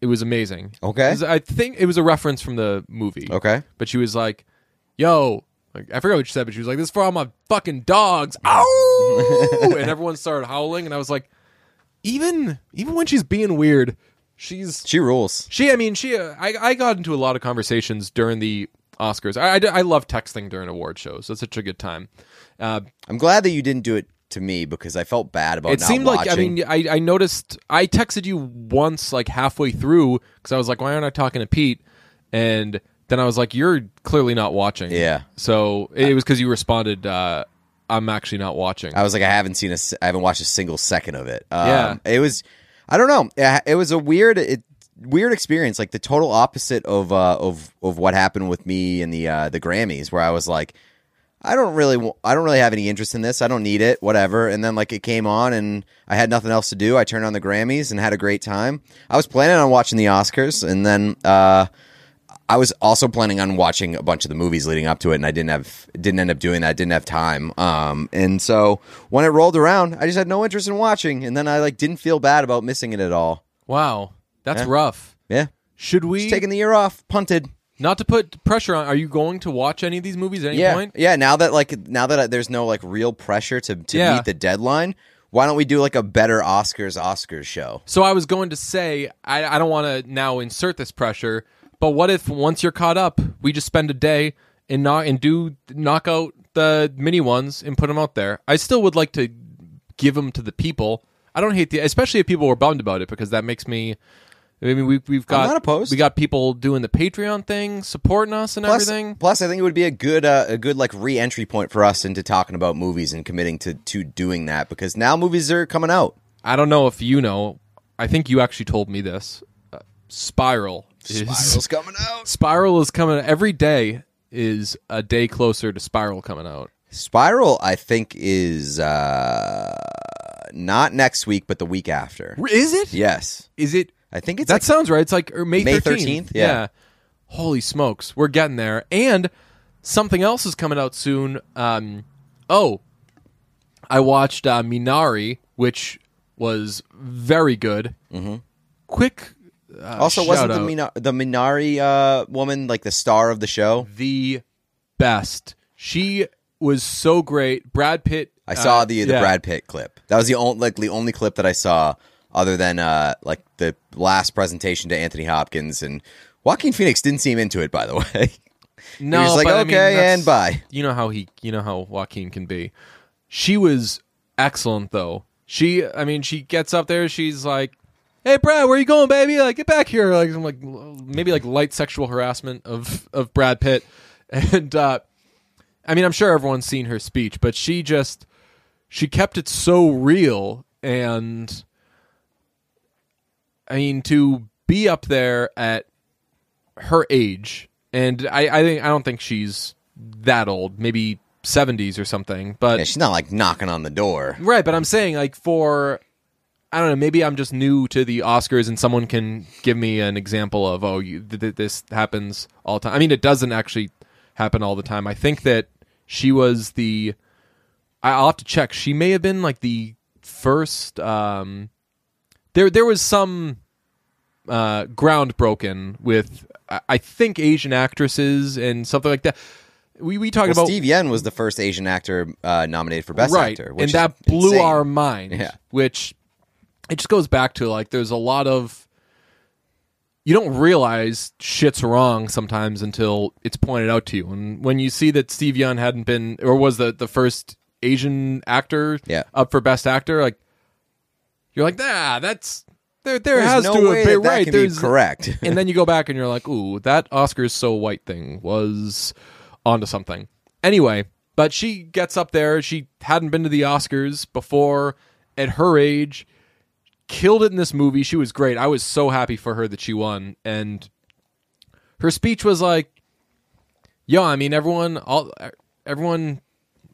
It was amazing.
Okay.
It was- I think it was a reference from the movie.
Okay.
But she was like, yo, like, I forgot what she said, but she was like, this is for all my fucking dogs. [laughs] Ow! and everyone started howling. And I was like, even even when she's being weird, she's.
She rules.
She, I mean, she. Uh, I, I got into a lot of conversations during the Oscars. I, I, d- I love texting during award shows. That's such a good time. Uh,
I'm glad that you didn't do it to me because I felt bad about
it
not
seemed
watching.
like I mean I, I noticed I texted you once like halfway through because I was like why aren't I talking to Pete and then I was like you're clearly not watching
Yeah.
so it was because you responded uh, I'm actually not watching
I was like, I haven't seen a, s- I haven't watched a single second of it. Um,
Yeah.
it was, I don't know, it, it was a weird, it, weird experience, like the total opposite of uh, of of what happened with me and the uh, the Grammys, where I was like, I don't really, wa- I don't really have any interest in this. I don't need it, whatever. And then like it came on, and I had nothing else to do. I turned on the Grammys and had a great time. I was planning on watching the Oscars, and then. Uh, I was also planning on watching a bunch of the movies leading up to it, and I didn't have didn't end up doing that. Didn't have time, um, and so when it rolled around, I just had no interest in watching, and then I like didn't feel bad about missing it at all.
wow that's
Yeah.
rough
Yeah,
should we
just taking the year off, punted.
not to put pressure on are you going to watch any of these movies at any
Yeah,
point
yeah. Now that like now that I, there's no like real pressure to to
Yeah.
meet the deadline, why don't we do like a better Oscars Oscars show?
So I was going to say, I, I don't want to now insert this pressure, but what if once you're caught up, we just spend a day and not and do knock out the mini ones and put them out there? I still would like to give them to the people. I don't hate the, especially if people were bummed about it because that makes me. I mean, we, we've got
not opposed.
we got people doing the Patreon thing, supporting us and
Plus,
everything.
plus, I think it would be a good, uh, a good like re-entry point for us into talking about movies and committing to to doing that because now movies are coming out.
I don't know if you know. I think you actually told me this. Uh, Spiral is
Spiral's coming out.
Spiral is coming every day is a day closer to Spiral coming out.
Spiral, I think, is uh, not next week, but the week after.
Is it? Yeah.
Yes,
Is it?
I think it's
that
like-
sounds right. It's like or May
May
13th.
13th, yeah.
Holy smokes, we're getting there. And something else is coming out soon. Um, oh, I watched uh, Minari, which was very good. Mm-hmm. Quick. Uh,
also
shout
wasn't the,
out.
Mina- the Minari uh, woman like the star of the show?
the best. She was so great. Brad Pitt.
I saw
uh,
the the
yeah.
Brad Pitt clip. That was the only like the only clip that I saw other than uh, like the last presentation to Anthony Hopkins and Joaquin Phoenix didn't seem into it. By the [laughs] way,
No,
just like,
but I
"Okay,
mean, that's-
and bye."
You know how he, you know how Joaquin can be. She was excellent, though. She, I mean, she gets up there. She's like, "Hey, Brad, where you going, baby? Like, get back here!" Like, I'm like, maybe like light sexual harassment of of Brad Pitt, [laughs] and uh, I mean, I'm sure everyone's seen her speech, but she just she kept it so real and I mean to be up there at her age and I, I think I don't think she's that old, maybe seventies or something. But
yeah, she's not like knocking on the door.
right, but I'm saying like for I don't know, maybe I'm just new to the Oscars and someone can give me an example of oh you, th- th- this happens all the time. I mean it doesn't actually happen all the time. I think that she was the I- I'll have to check. She may have been like the first. Um, there, there was some uh, ground broken with I- I think Asian actresses and something like that. We we talk
Well,
about
Steve Yen was the first Asian actor uh, nominated for best
right,
actor, which
and
is
that blew
insane.
our mind.
Yeah.
Which it just goes back to like there's a lot of you don't realize shit's wrong sometimes until it's pointed out to you. And when you see that Steve Young hadn't been or was the the first Asian actor
Yeah.
up for best actor, like you're like, nah, that's there. There
There's
has
no
to have
way
been-
that that
right.
can
there's
be correct.
[laughs] and then you go back and you're like, ooh, that Oscar's so white thing was onto something. Anyway, but she gets up there. She hadn't been to the Oscars before at her age. Killed it in this movie. She was great. I was so happy for her that she won. And her speech was like, yo, I mean, everyone, all, everyone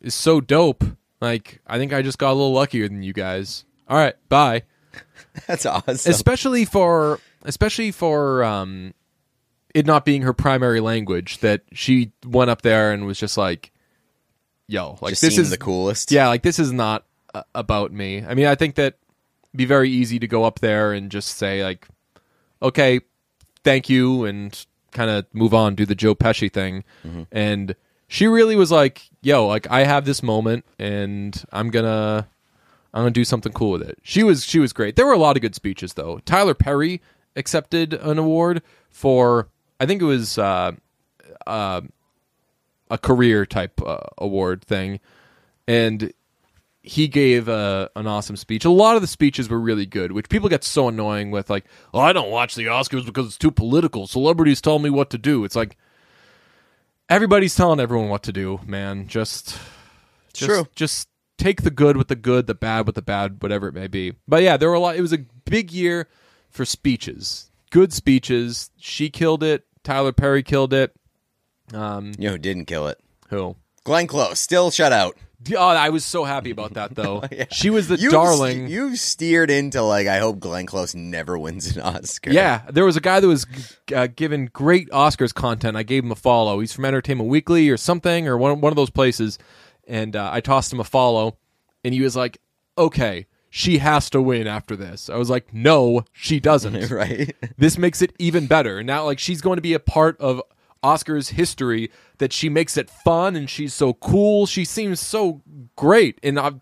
is so dope. Like, I think I just got a little luckier than you guys. All right, bye
That's awesome.
especially for especially for um, it not being her primary language that she went up there and was just like yo like
Just
this
seemed
is
the coolest.
yeah like this is not uh, about me i mean i think that it'd be very easy to go up there and just say like okay thank you and kind of move on do the joe pesci thing and she really was like yo like i have this moment and i'm gonna I'm gonna do something cool with it. She was she was great. There were a lot of good speeches though. Tyler Perry accepted an award for I think it was uh, uh, a career type uh, award thing, and he gave uh, an awesome speech. A lot of the speeches were really good, which people get so annoying with like, "Oh, I don't watch the Oscars because it's too political. Celebrities tell me what to do." It's like everybody's telling everyone what to do, man. Just just,
True.
Just take the good with the good, the bad with the bad, whatever it may be. But yeah, there were a lot. It was a big year for speeches, good speeches. She killed it. Tyler Perry killed it. mm.
You know who didn't kill it?
Who?
Glenn Close still shut out.
Oh, I was so happy about that though.
[laughs] Yeah.
She was the
You've
darling.
st- you've steered into like I hope Glenn Close never wins an Oscar.
Yeah, there was a guy that was uh, given great Oscars content. I gave him a follow. He's from Entertainment Weekly or something or one one of those places, and uh, I tossed him a follow, and he was like, "Okay, she has to win after this." I was like, "No, she
[laughs]
doesn't."
[laughs] right.
This makes it even better. Now, like she's going to be a part of Oscars history that she makes it fun and she's so cool. She seems so great, and I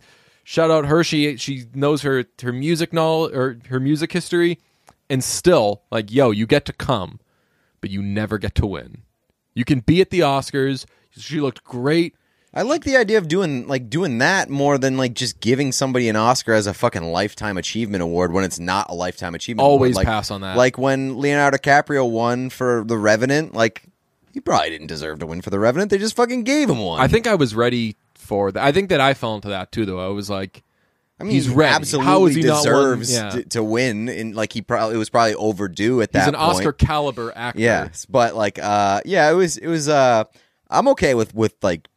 shout out her. She she knows her her music knowledge or her music history, and still like yo, you get to come, but you never get to win. You can be at the Oscars. She looked great.
I like the idea of doing like doing that more than like just giving somebody an Oscar as a fucking lifetime achievement award when it's not a lifetime achievement.
Always
award. Like-
pass on that.
Like when Leonardo DiCaprio won for The Revenant, like he probably didn't deserve to win for The Revenant. They just fucking gave him one.
I think I was ready for that. I think that I fell into that too, though. I was like,
I mean,
he's
he
ready.
absolutely
How is he not won?
deserves
Yeah.
to, to win, and like he probably it was probably overdue at that.
he's an
point.
Oscar caliber actor.
Yes, but like, uh, yeah, it was, it was. Uh, I'm okay with with like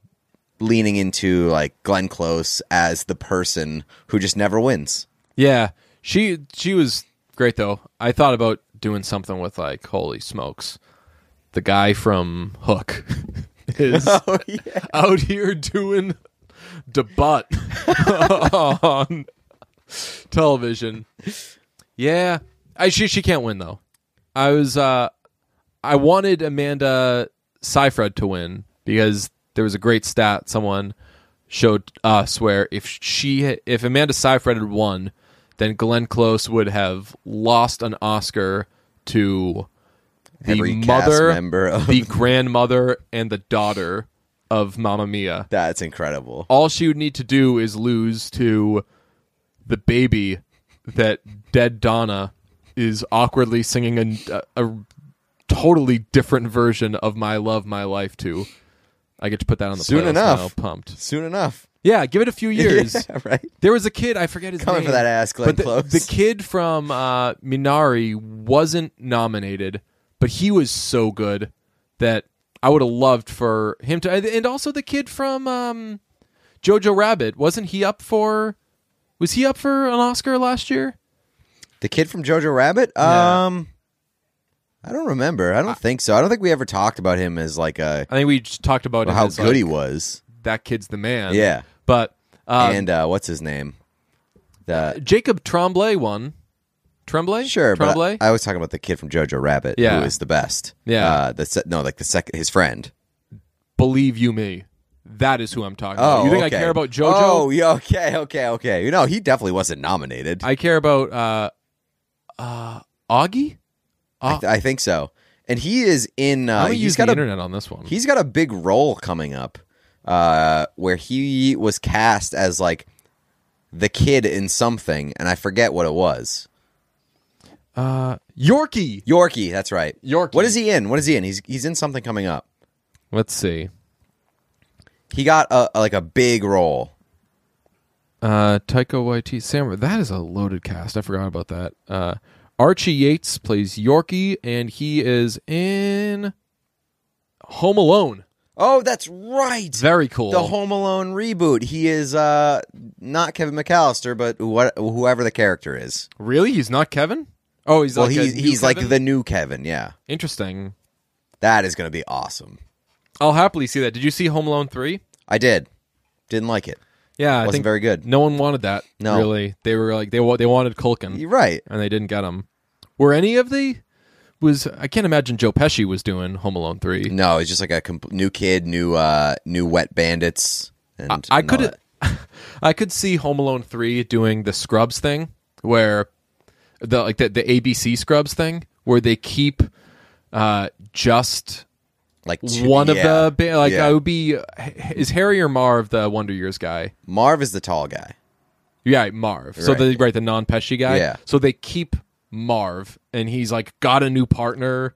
leaning into like Glenn Close as the person who just never
[laughs]
wins.
Yeah, she she was great though. I thought about doing something with like, holy smokes, the guy from Hook [laughs] is [laughs] out here doing debut [laughs] on television. Yeah, I she she can't win though. I was uh I wanted Amanda Seyfried to win because there was a great stat someone showed us where if she if Amanda Seyfried had won, then Glenn Close would have lost an Oscar to the
Every cast
mother,
member of-
the grandmother, and the daughter of Mamma Mia.
[laughs] That's incredible.
All she would need to do is lose to the baby that dead Donna is awkwardly singing a, a a totally different version of "My Love, My Life" to. I get to put that on the
Soon
playlist
enough.
Now, pumped.
Soon enough.
Yeah, give it
[laughs]
a few years.
Yeah, right.
There was a kid I forget his
Coming
name
for that ass, Glenn
but the,
Close.
the kid from uh, Minari wasn't nominated, but he was so good that I would have loved for him to. and- And also the kid from um, Jojo Rabbit wasn't he up for? Was he up for an Oscar last year?
The kid from Jojo Rabbit?
Yeah.
Um I don't remember. I don't think so. I don't think we ever talked about him as like a
I think we just talked about him
how
as,
good
like,
he was.
That kid's the man.
Yeah.
but um, Uh,
and uh what's his name? The
Jacob Tremblay won. Tremblay,
Sure, but
Tremblay.
I, I was talking about the kid from Jojo Rabbit
Yeah.
who is the best.
Yeah.
Uh the se- no, like the second his friend.
Believe you me, that is who I'm talking
Oh,
about. You think
okay.
I care about JoJo?
Oh, yeah, okay, okay, okay. You know, he definitely wasn't nominated.
I care about uh uh Augie?
I, th- I think so. And he is in
I'm
uh
gonna
he's
use the
got a
internet on this one.
He's got a big role coming up uh, where he was cast as like the kid in something, and I forget what it was.
Yorkie.
Yorkie, that's right.
Yorkie.
What is he in? What is he in? He's he's in something coming up.
Let's see.
He got a, a- like a big role.
Uh Taika Waititi. Sam that is a loaded cast. I forgot about that. Uh Archie Yates plays Yorkie and he is in Home Alone.
Oh, that's right.
Very cool.
the Home Alone reboot. He is uh, not Kevin McAllister, but what, whoever the character is.
really? He's not Kevin? Oh, he's
Well,
like a
he's
new
he's like
Kevin?
the new Kevin. Yeah,
Interesting.
that is going to be awesome.
I'll happily see that. Did you see Home Alone 3?
I did. Didn't like it.
Yeah, I
Wasn't
think
very good.
No one wanted that.
No.
Really. They were like they wa- they wanted Culkin.
You're right.
and they didn't get him. Were any of the was I can't imagine Joe Pesci was doing Home Alone three.
No, it's just like a comp- new kid, new uh, new wet bandits. And
I
and all
could
that.
[laughs] I could see Home Alone three doing the Scrubs thing where the like the, the ABC Scrubs thing where they keep uh, just
like two-
one
yeah,
of the ba- like
yeah.
I would be is Harry or Marv the Wonder Years guy.
Marv is the tall guy.
Yeah, Marv. So
Right.
the right the non Pesci guy.
Yeah.
So they keep Marv, and he's like got a new partner.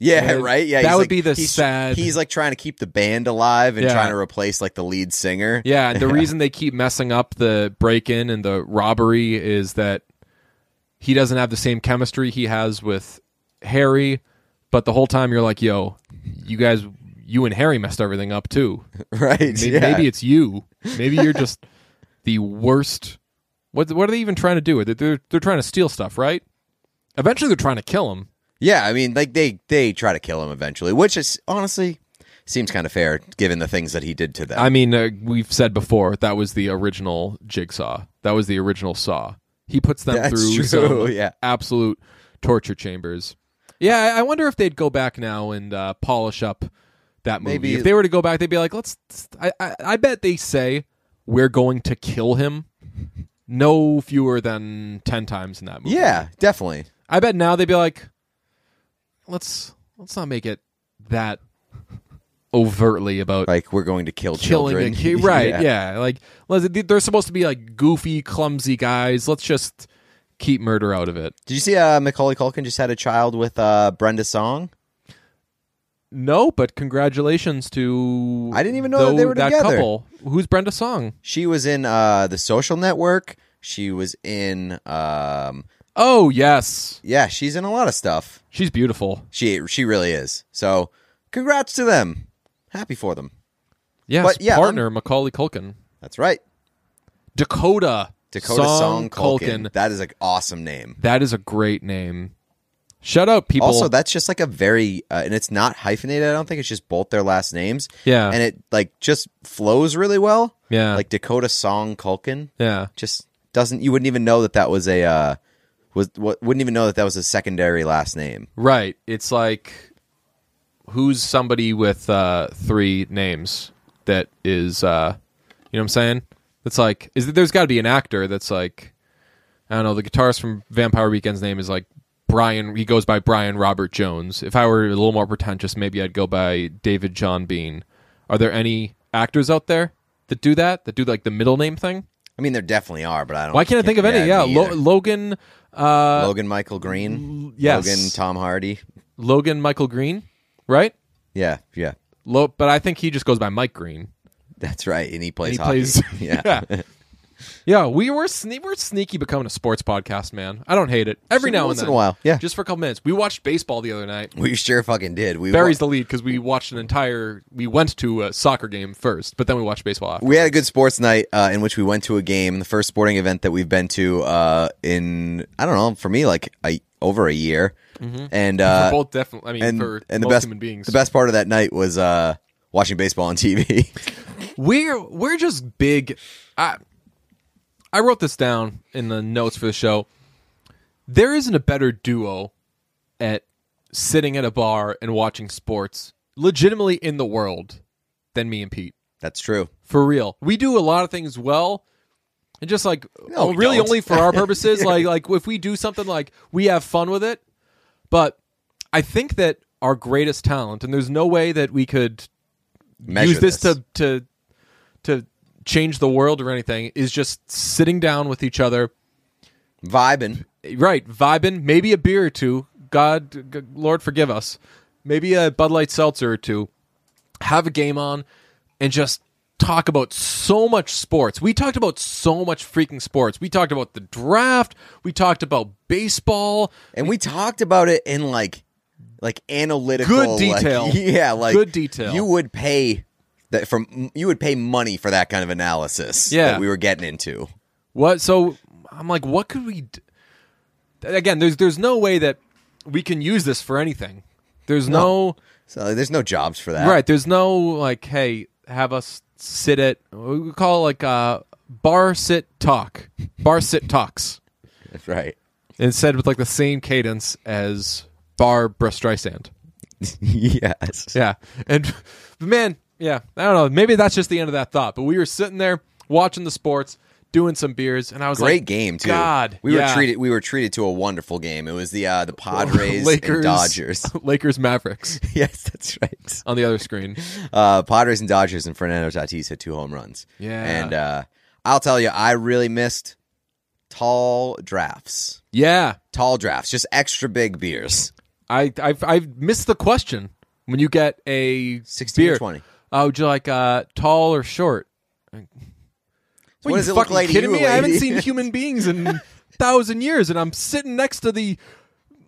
Yeah,
Yeah,
right. Yeah,
that
he's
would
like-
be the
he's,
sad-
He's like trying to keep the band alive and
Yeah.
trying to replace like the lead singer.
Yeah, and the reason they keep messing up the break in and the robbery is that he doesn't have the same chemistry he has with Harry, but the whole time you're like, yo, you guys, you and Harry messed everything up too.
[laughs] right.
Maybe,
yeah.
maybe it's you. Maybe you're just the worst. What, what are they even trying to do? They're, they're, they're trying to steal stuff, right? Eventually, they're trying to kill him.
yeah. I mean, like they they try to kill him eventually, which is honestly seems kind of fair given the things that he did to them. [laughs]
I mean, uh, we've said before that was the original Jigsaw. That was the original Saw. He puts them
That's
through
true,
some
[laughs] yeah.
absolute torture chambers. Yeah, I- I wonder if they'd go back now and uh, polish up that movie.
Maybe-
if they were to go back, they'd be like, "Let's." I, I, I bet they say we're going to kill him no fewer than ten times in that movie.
yeah, definitely.
I bet now they'd be like, "Let's let's not make it that overtly about
Like we're going to kill
killing
children.
a kid.
[laughs]
Right, yeah. Like let's- they're supposed to be like goofy, clumsy guys. Let's just keep murder out of it.
Did you see uh, Macaulay Culkin just had a child with uh, Brenda Song?
No, but congratulations to
I didn't even know that they were together.
couple. Who's Brenda Song?
She was in uh the social network. She was in um
Oh yes,
yeah, she's in a lot of stuff.
she's beautiful.
She she really is. So congrats to them. Happy for them.
Yes,
But, yeah, um,
partner Macaulay Culkin,
That's right.
Dakota
Dakota Song, Culkin.
Culkin.
That is an awesome name.
That is a great name. Shout out people.
Also, that's just like a very uh, and it's not hyphenated. I don't think it's just both their last names.
Yeah.
and it like just flows really well.
Yeah.
like Dakota Song Culkin.
yeah,
just doesn't you wouldn't even know that that was a uh was wa- wouldn't even know that that was a secondary last name.
right. It's like who's somebody with uh, three names that is, uh, you know, what I'm saying. It's like is there's got to be an actor that's like I don't know. The guitarist from Vampire Weekend's name is like Brian. He goes by Brian Robert Jones. If I were a little more pretentious, maybe I'd go by David John Bean. Are there any actors out there that do that? That do like the middle name thing?
I mean, there definitely are, but I don't.
Why can't I think of any? Yeah,
me
Lo-
either.
Logan. Uh,
Logan Michael Green.
yes.
Logan Tom Hardy.
Logan Michael Green, right?
Yeah, yeah,
Lo- but I think he just goes by Mike Green.
that's right. And he
And
plays.
he
hockey.
plays. [laughs]
[laughs] yeah.
yeah. Yeah, we were sne- we're sneaky becoming a sports podcast, man. I don't hate it. Every
Just
now
once
and then,
in a while, yeah.
Just for a couple minutes. We watched baseball the other night.
We sure fucking did. We
Barry's
wa-
the lead because we watched an entire. We went to a soccer game first, but then we watched baseball. After.
we had a good sports night uh, in which we went to a game, the first sporting event that we've been to uh, in I don't know for me like a, over a year, and
Mm-hmm. For
uh,
both definitely. I mean,
and
for
and the
most
best
human beings,
the best part of that night was uh, watching baseball on TV.
we're we're just big. I I wrote this down in the notes for the show. There isn't a better duo at sitting at a bar and watching sports, legitimately in the world, than me and Pete.
[laughs] That's true.
For real. We do a lot of things well. And just like
No, we
really
don't.
only
[laughs]
for our purposes. like like if we do something like we have fun with it. But I think that our greatest talent, and there's no way that we could
Measure
use this, to to to change the world or anything, is just sitting down with each other,
vibing.
right, vibing, maybe a beer or two. God, g- Lord, forgive us. Maybe a Bud Light seltzer or two. Have a game on, and just talk about so much sports. We talked about so much freaking sports. We talked about the draft. We talked about baseball.
And we talked about it in like like analytical
Good
like-
detail.
[laughs] yeah, like
Good detail.
You would pay that from you would pay money for that kind of analysis
Yeah.
that we were getting into.
What? So I'm like, what could we? D-? Again, there's there's no way that we can use this for anything. There's no
So there's no jobs for that.
Right. There's no like, hey, have us sit at we call it like uh bar sit talk. Bar sit talks.
[laughs] Right.
Instead with like the same cadence as Barbara Streisand.
yes.
Yeah. And man, yeah, I don't know. Maybe that's just the end of that thought. But we were sitting there watching the sports, doing some beers, and I was
Great
like,
game too.
God,
we
yeah.
were treated. We were treated to a wonderful game. It was the uh,
[laughs]
the Padres
Lakers
and Dodgers.
[laughs]
[laughs]
Lakers Mavericks
yes, that's right.
on the other screen.
Uh, Padres and Dodgers, and Fernando Tatis hit two home runs.
Yeah.
and uh, I'll tell you, I really missed tall drafts.
Yeah.
Tall drafts, just extra big beers.
I I've, I've missed the question. When you get a
16 or
beer,
20?
uh, would you like uh, tall or short? What,
what
you
does it look
fucking
like to
kidding
you,
me? I haven't
lady?
seen human beings in a thousand years, and I'm sitting next to the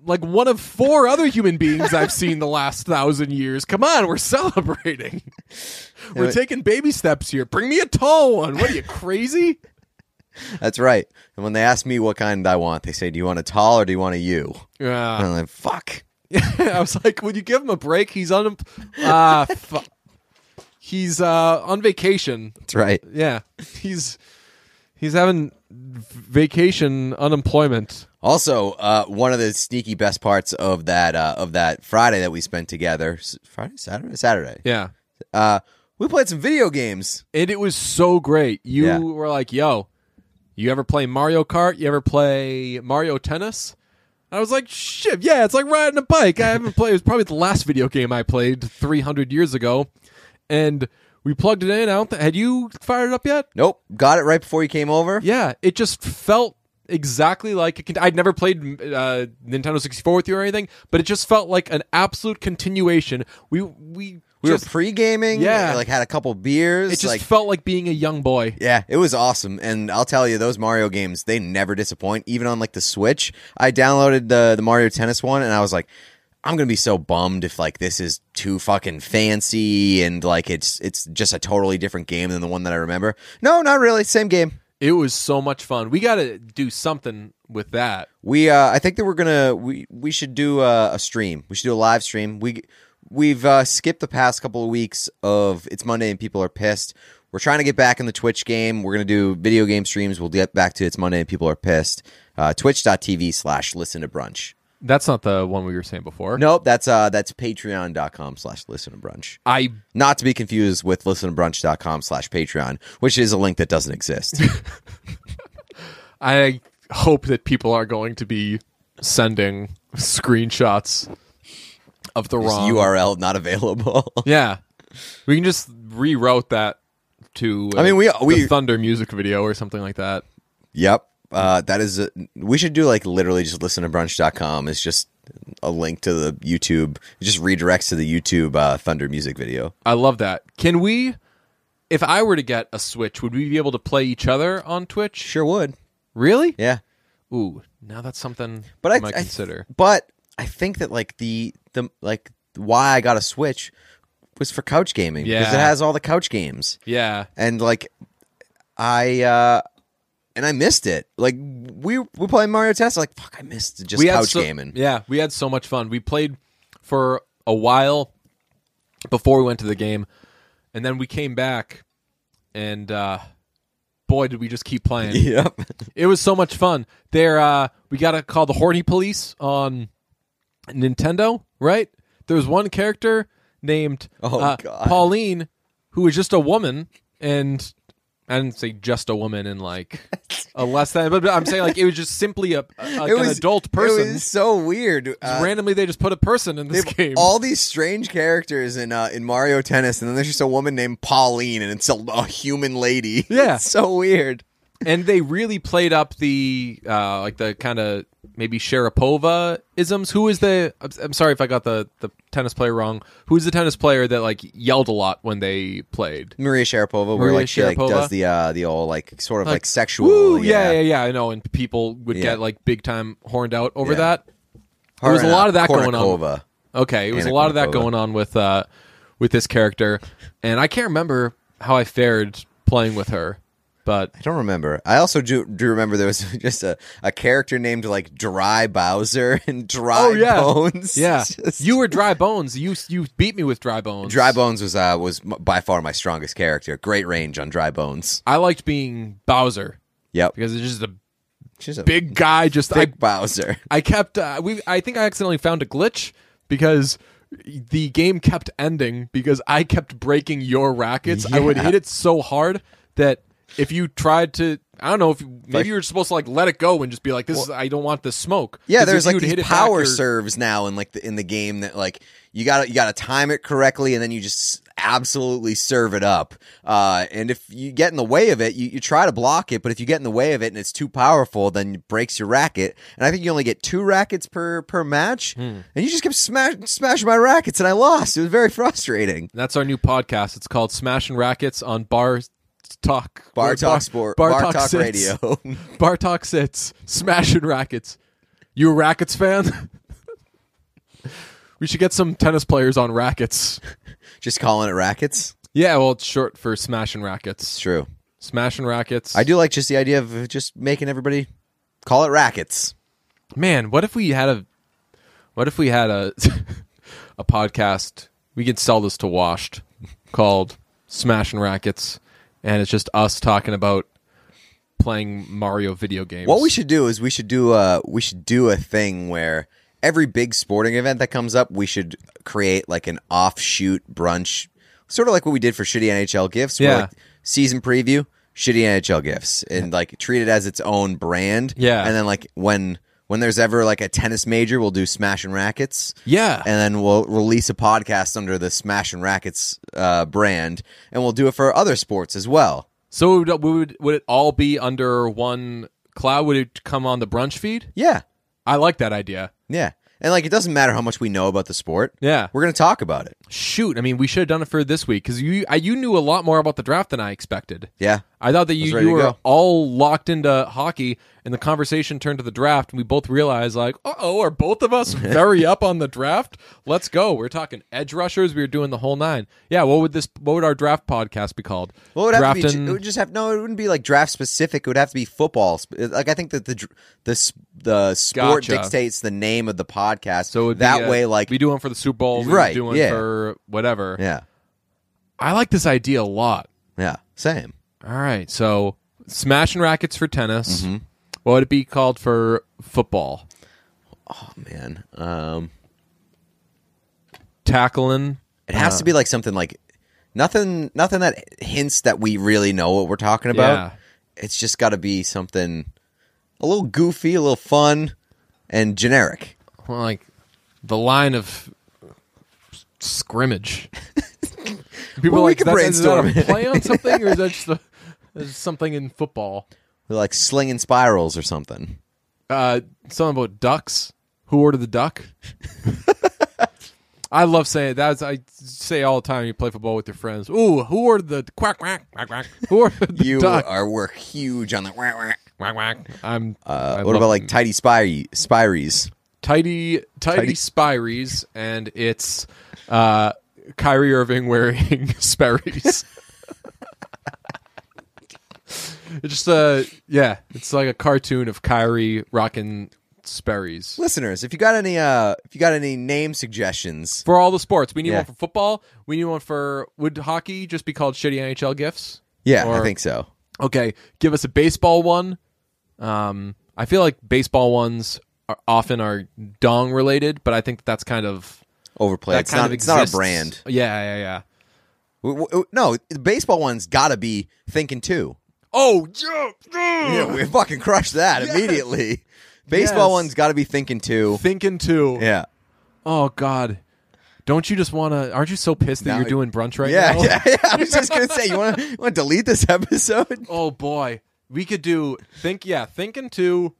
like one of four other human beings I've seen the last thousand years. Come on, we're celebrating. We're
Wait.
taking baby steps here. Bring me a tall one. What are you crazy?
[laughs] That's right. And when they ask me what kind I want, they say, "Do you want a tall or do you want a U?"
Yeah.
And I'm like, "Fuck."
[laughs] I was like, "Would you give him a break? He's on, uh, fu- he's uh, on vacation.
That's right.
Yeah, he's he's having vacation unemployment.
Also, uh, one of the sneaky best parts of that uh, of that Friday that we spent together, S- Friday, Saturday, Saturday,
Yeah,
uh, we played some video games.
and it was so great. You
Yeah.
were like, "Yo, you ever play Mario Kart? You ever play Mario Tennis?" I was like, "Shit, yeah, it's like riding a bike." I haven't played. It was probably the last video game I played 300 years ago, and we plugged it in. I don't. Th- had you fired it up yet?
Nope, got it right before you came over.
Yeah, it just felt exactly like a con- I'd never played uh, Nintendo 64 with you or anything, but it just felt like an absolute continuation. We we
we
just,
were pre gaming.
Yeah.
like had a couple beers.
it just
like,
felt like being a young boy.
yeah, it was awesome. And I'll tell you, those Mario games they never disappoint. Even on like the Switch, I downloaded the the Mario Tennis one, and I was like. I'm gonna be so bummed if like this is too fucking fancy and like it's it's just a totally different game than the one that I remember. No, not really. Same game.
It was so much fun. We got to do something with that.
We uh, I think that we're gonna we we should do a, a stream. We should do a live stream. We we've uh, skipped the past couple of weeks of it's Monday and people are pissed. We're trying to get back in the Twitch game. We're gonna do video game streams. We'll get back to it's Monday and people are pissed. Uh, Twitch.tv slash listen to brunch.
That's not the one we were saying before.
Nope, that's uh that's patreon.com slash listen to brunch.
I
Not to be confused with listen to brunch.com slash Patreon, which is a link that doesn't exist.
I hope that people are going to be sending screenshots of the wrong
URL not available. [laughs]
Yeah, we can just reroute that to. uh,
I mean, we-
the
we-
Thunder music video or something like that.
yep. Uh, that is. A, we should do like literally just listen to brunch.com is just a link to the YouTube. It just redirects to the YouTube uh, Thunder music video.
I love that. Can we? If I were to get a Switch, would we be able to play each other on Twitch?
Sure would.
Really?
Yeah.
Ooh, now that's something
but
I
I
might
I-
consider.
But I think that like the the like why I got a Switch was for couch gaming because
Yeah.
it has all the couch games
yeah,
and like I uh and I missed it. Like we we playing Mario Tennis. Like fuck, I missed just
had
couch
so-
gaming.
Yeah, we had so much fun. We played for a while before we went to the game, and then we came back, and uh, boy, did we just keep playing.
[laughs] Yep.
It was so much fun. There, uh, we got to call the horny police on Nintendo. Right? There was one character named
Oh,
uh,
God.
Pauline, who was just a woman, and I didn't say just a woman in
[laughs]
like a less than, but but I'm saying like it was just simply a, a like an adult person.
It was so weird. Uh,
Randomly, they just put a person in this game. [laughs]
all these strange characters in uh, in Mario Tennis, and then there's just a woman named Pauline, and it's a, a human lady. [laughs]
Yeah.
It's so weird.
and they really played up the uh, like the kind of maybe Sharapova isms. Who is the? I'm, I'm sorry if I got the the tennis player wrong. Who's the tennis player that like yelled a lot when they played?
Maria Sharapova, where
Maria
like she like
Sharapova?
does the uh, the old like sort of like, sexual,
Woo,
yeah,
yeah, yeah, yeah. I know, and people would
Yeah.
get like big time horned out over
Yeah.
that.
Her
was a
and,
lot
uh,
of that going on.
Kornikova.
Okay, it was
Anna
a lot of that
Kournikova.
going on with uh with this character, and I can't remember how I fared playing with her, but
I don't remember. I also do, do remember there was [laughs] just a, a character named like Dry Bowser [laughs] and Dry Bones.
Oh,
[laughs]
Yeah,
Just-
you were dry bones. You you beat me with dry bones.
Dry Bones was uh, was m- by far my strongest character. Great range on Dry Bones.
I liked being Bowser
Yep,
because it's just a
she's a
big guy. Just
thick Bowser.
I I kept uh, we I think I accidentally found a glitch because the game kept ending because I kept breaking your rackets. I would
Yeah.
hit it so hard that if you tried to. I don't know if you, maybe you were supposed to like let it go and just be like this is I don't want this smoke.
Yeah,
'Cause if
there's
you
like
would
these
hit it back
power
or-
serves now in like the, in the game that like you got to you got to time it correctly and then you just absolutely serve it up. Uh, and if you get in the way of it, you, you try to block it, but if you get in the way of it and it's too powerful, then it breaks your racket. And I think you only get two rackets per per match,
Hmm.
and you just kept smash smashing my rackets, and I lost. It was very frustrating.
And that's our new podcast. It's called Smashing Rackets on Bar Talk
Bar Talk Sport, Bar, Talk
Sits.
Radio.
[laughs]
[laughs]
Bar Talk Sits, Smashing Rackets. You a rackets fan? [laughs] we should get some tennis players on
[laughs]
rackets.
just calling it rackets.
Yeah, well, it's short for Smashing
It's
Rackets.
true.
Smashing Rackets.
I do like just the idea of just making everybody call it rackets.
Man, what if we had a what if we had a [laughs] a podcast we could sell this to Washed called Smashing Rackets and it's just us talking about playing Mario video games.
What we should do is we should do a we should do a thing where every big sporting event that comes up, we should create like an offshoot brunch, sort of like what we did for shitty NHL gifts. where,
Yeah.
like, season preview, shitty NHL gifts, and like treat it as its own brand.
Yeah.
and then like when when there's ever like a tennis major, we'll do Smash and Rackets.
Yeah.
and then we'll release a podcast under the Smash and Rackets uh, brand, and we'll do it for other sports as well.
So would, would would it all be under one cloud? Would it come on the brunch feed?
Yeah,
I like that idea.
yeah. And like, it doesn't matter how much we know about the sport.
Yeah.
We're going to talk about it.
Shoot, I mean, we should have done it for this week because you I, you knew a lot more about the draft than I expected.
Yeah.
I thought that
was
you,
ready
you
to
were
go.
all locked into hockey, and the conversation turned to the draft, and we both realized, like, uh oh, are both of
[laughs]
us very up on the draft? Let's go. We're talking edge rushers. We were doing the whole nine. Yeah, what would this? What would our draft podcast be called?
Well, it would have to
Draftin-
be, it would just have no. It wouldn't be like draft specific. It would have to be football. sp- Like I think that the dr- the s- the sport
Gotcha.
dictates the name of the podcast.
so it would be
that
a-
way, like
uh, we do one for the Super Bowl, we
Right,
Doing
yeah.
for whatever.
yeah,
I like this idea a lot.
yeah, same.
All right, so smashing rackets for tennis.
Mm-hmm.
What would it be called for football?
Oh man, um,
Tackling.
it has
Uh,
to be like something like nothing. Nothing that hints that we really know what we're talking about.
Yeah.
It's just got to be something a little goofy, a little fun, and generic.
Well, like the line of scrimmage. [laughs] People
Well,
are
we
like,
can
"That's- is that a
brainstorm it."
play [laughs] on something, or is that just a, is something in football?
They're like slinging spirals or something.
Uh, something about ducks. Who ordered the [laughs] duck? I love saying that's I say all the time. You play football with your friends. Ooh, who ordered the quack quack quack quack? Who ordered the
You
duck?
are work huge on that.
Quack, quack. I'm.
Uh,
I
what
love
about like tidy spy spiries?
tidy, tidy,
Tidy-
Spires, and it's uh, Kyrie Irving wearing [laughs] Sperry's. it's just uh, yeah, it's like a cartoon of Kyrie rocking Sperry's.
Listeners, if you got any, uh, if you got any name suggestions,
For all the sports, we need
Yeah.
one for football. We need one for would hockey just be called shitty NHL gifts?
yeah, I
Or-
think so.
Okay, give us a baseball one. Um, I feel like baseball ones are often are dong related, but I think that's kind of
Overplay.
that
It's
kind
not.
of
It's not a
exists.
brand.
Yeah, yeah, yeah.
W- w- w- No, the baseball one's got to be thinking too.
Oh, yeah,
Yeah, [laughs] we fucking crushed that immediately. Baseball
Yes.
one's got to be thinking too.
thinking too.
Yeah.
Oh God, don't you just want to? Aren't you so pissed that
Now-
you're doing brunch right
Yeah,
now?
[laughs] yeah, yeah. I was just gonna say, you want to want to delete this
[laughs]
episode?
Oh boy, we could do think. Yeah, thinking too.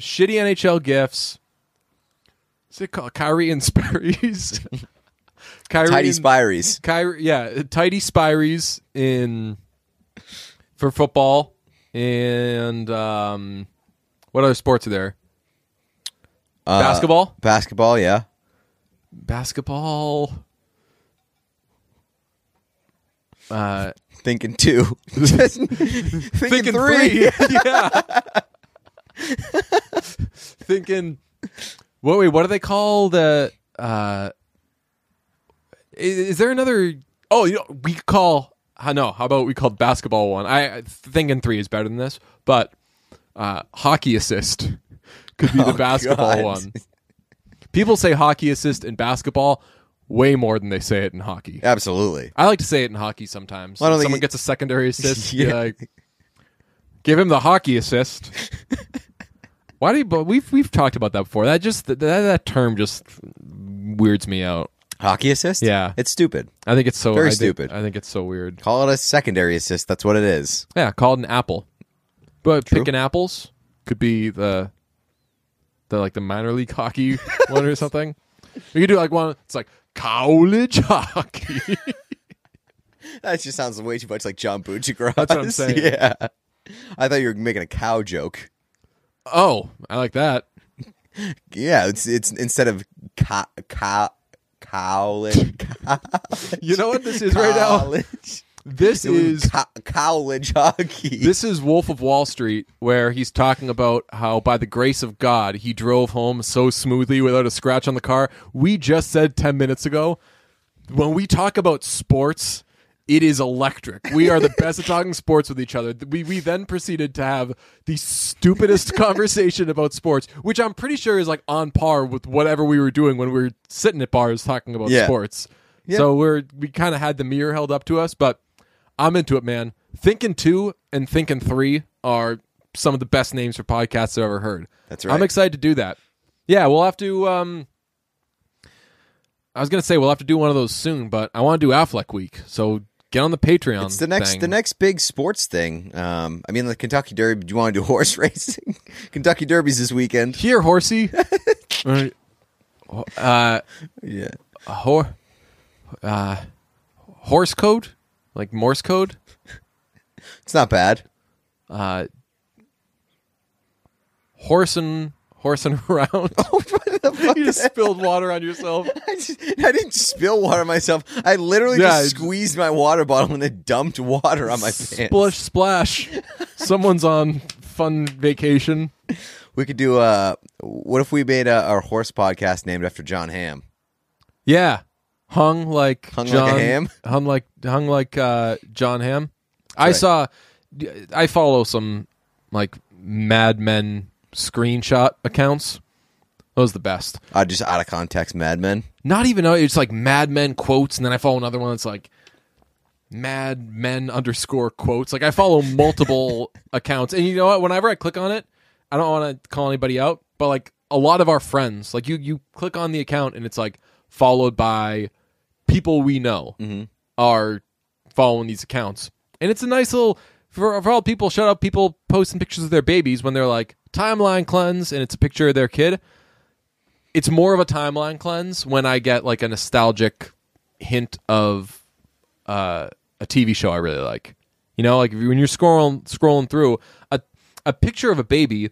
Shitty NHL gifts. Is it called Kyrie and Sperry's? [laughs] Kyrie
Tidy
and-
Spiries.
Kyrie, yeah, Tidy Spiries in for football, and um, what other sports are there?
Uh,
Basketball,
Basketball. Yeah.
basketball. Uh,
Thinking two. Just [laughs] thinking,
thinking
three.
three, [laughs] yeah. thinking, what? Wait, what do they call the? Uh, is, is there another? Oh, you know, we call. uh, No, how about we called basketball one? I I- thinking three is better than this, but uh, hockey assist could [laughs] be the basketball
God.
one. People say hockey assist in basketball way more than they say it in hockey.
Absolutely.
I like to say it in hockey sometimes.
Why don't
If
they-
someone gets a secondary
[laughs]
assist.
Yeah.
yeah. like, give him the hockey
[laughs]
assist. Why do you? But we've we've talked about that before. That just that, that term just weirds me out.
Hockey assist.
Yeah.
It's stupid.
I think it's so
Very
I think-
stupid.
I think it's so weird.
Call it a secondary assist. That's what it is.
Yeah, called an apple. But picking apples could be the the like the minor league [laughs] hockey one or something. We could do like one. It's like college [laughs] hockey.
That just sounds way too much like John Buchigras.
That's what I'm saying.
[laughs] Yeah. I thought you were making a cow joke.
oh, I like that.
Yeah, it's it's instead of co- co- [laughs] college,
You know what this is right now?
college,
This is
co- college hockey.
This is Wolf of Wall Street, where he's talking about how, by the grace of God, he drove home so smoothly without a scratch on the car. We just said 10 minutes ago when we talk about sports, it is electric. We are the best at talking sports with each other. We, we then proceeded to have the stupidest [laughs] conversation about sports, which I'm pretty sure is like on par with whatever we were doing when we were sitting at bars talking about
Yeah.
sports. So we're we kind of had the mirror held up to us, but I'm into it, man. Thinking two and thinking three are some of the best names for podcasts I've ever heard.
That's
I'm
right.
excited to do that. Yeah, we'll have to. Um, I was gonna say we'll have to do one of those soon, but I want to do Affleck week, so get on the Patreon.
It's the next
thing.
the next big sports thing. Um, I mean the Kentucky Derby. Do you want to do horse [laughs] racing? Kentucky Derby's this weekend.
here,
[laughs]
horsey. All right. uh,
Yeah,
a hor- uh, horse code, like Morse code.
it's not bad.
Uh, horsing, horsing [laughs] around.
Oh, What the
[laughs]
fuck?
you just spilled water on yourself.
I, just- I didn't spill water myself. I literally
Yeah,
just
I-
squeezed my water bottle and then dumped water on [laughs] my pants.
Splish splash. Someone's on fun vacation.
We could do uh what if we made a, our horse podcast named after John Ham?
Yeah, hung like
Hung like a
John,
ham?
[laughs] Hung like hung like uh, John Ham. I
right.
saw. I follow some like Mad Men screenshot accounts. Those are the best.
Uh, just out of context, Mad Men.
Not even uh, it's like Mad Men quotes, and then I follow another one that's like Mad Men underscore quotes. Like I follow multiple accounts, and you know what? Whenever I click on it, I don't want to call anybody out, but like a lot of our friends, like you, you click on the account and it's like followed by people we know are following these accounts, and it's a nice little for for all people. Shut up, people posting pictures of their babies when they're like timeline cleanse, and it's a picture of their kid. It's more of a timeline cleanse when I get like a nostalgic hint of uh, a TV show I really like. You know, like if you, when you're scrolling scrolling through a a picture of a baby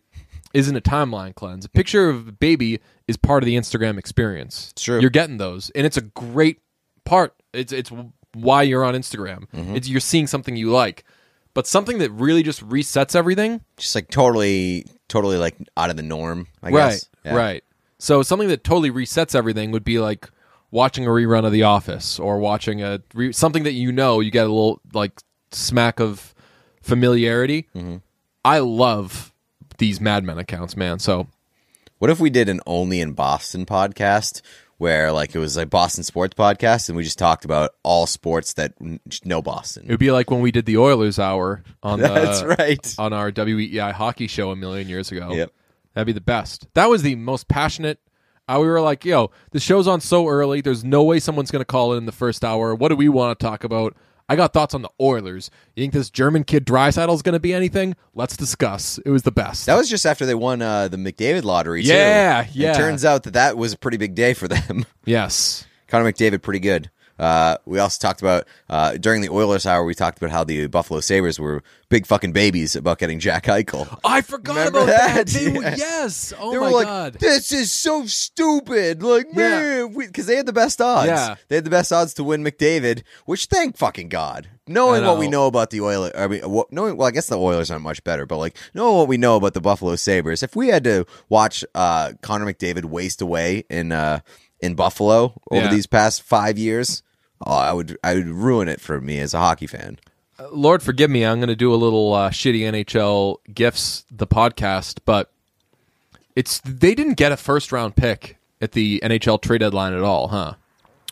isn't a timeline cleanse. A picture of a baby is part of the Instagram experience. It's
true.
You're getting those, and it's a great part. It's it's why you're on Instagram. It's you're seeing something you like, but something that really just resets everything.
Just like totally, totally like out of the norm. I guess. Yeah.
Right. So something that totally resets everything would be like watching a rerun of The Office or watching a re- something that you know you get a little like smack of familiarity.
Mm-hmm.
I love these Mad Men accounts, man. So
What if we did an only in Boston podcast where like it was like Boston sports podcast and we just talked about all sports that n- no Boston.
it would be like when we did the Oilers hour on uh, the,
[laughs] That's right.
on our WEI hockey show a million years ago.
Yep.
That'd be the best. That was the most passionate. Uh, we were like, yo, the show's on so early. There's no way someone's going to call in in the first hour. What do we want to talk about? I got thoughts on the Oilers. You think this German kid Drysaddle's going to be anything? Let's discuss. It was the best.
That was just after they won uh, the McDavid lottery. too.
Yeah,
And
yeah.
It turns out that that was a pretty big day for them. [laughs]
yes.
Connor McDavid, pretty good. Uh, we also talked about uh, during the Oilers hour. We talked about how the Buffalo Sabers were big fucking babies about getting Jack Eichel.
I forgot
Remember
about that.
that? [laughs]
They were-
Yes.
yes. Oh
they
my
were like,
god.
"This is so stupid!" Like,
Yeah.
man, because they had the best odds.
Yeah.
they had the best odds to win McDavid. Which, thank fucking God, knowing
I
what we
know.
know about the Oilers, I mean, what, knowing well, I guess the Oilers aren't much better, but like knowing what we know about the Buffalo Sabers, if we had to watch uh, Connor McDavid waste away in uh, in Buffalo over
Yeah.
these past five years, oh, I would I would ruin it for me as a hockey fan.
Lord forgive me, I'm going to do a little uh, shitty NHL gifts the podcast, but it's they didn't get a first round pick at the NHL trade deadline at all, huh?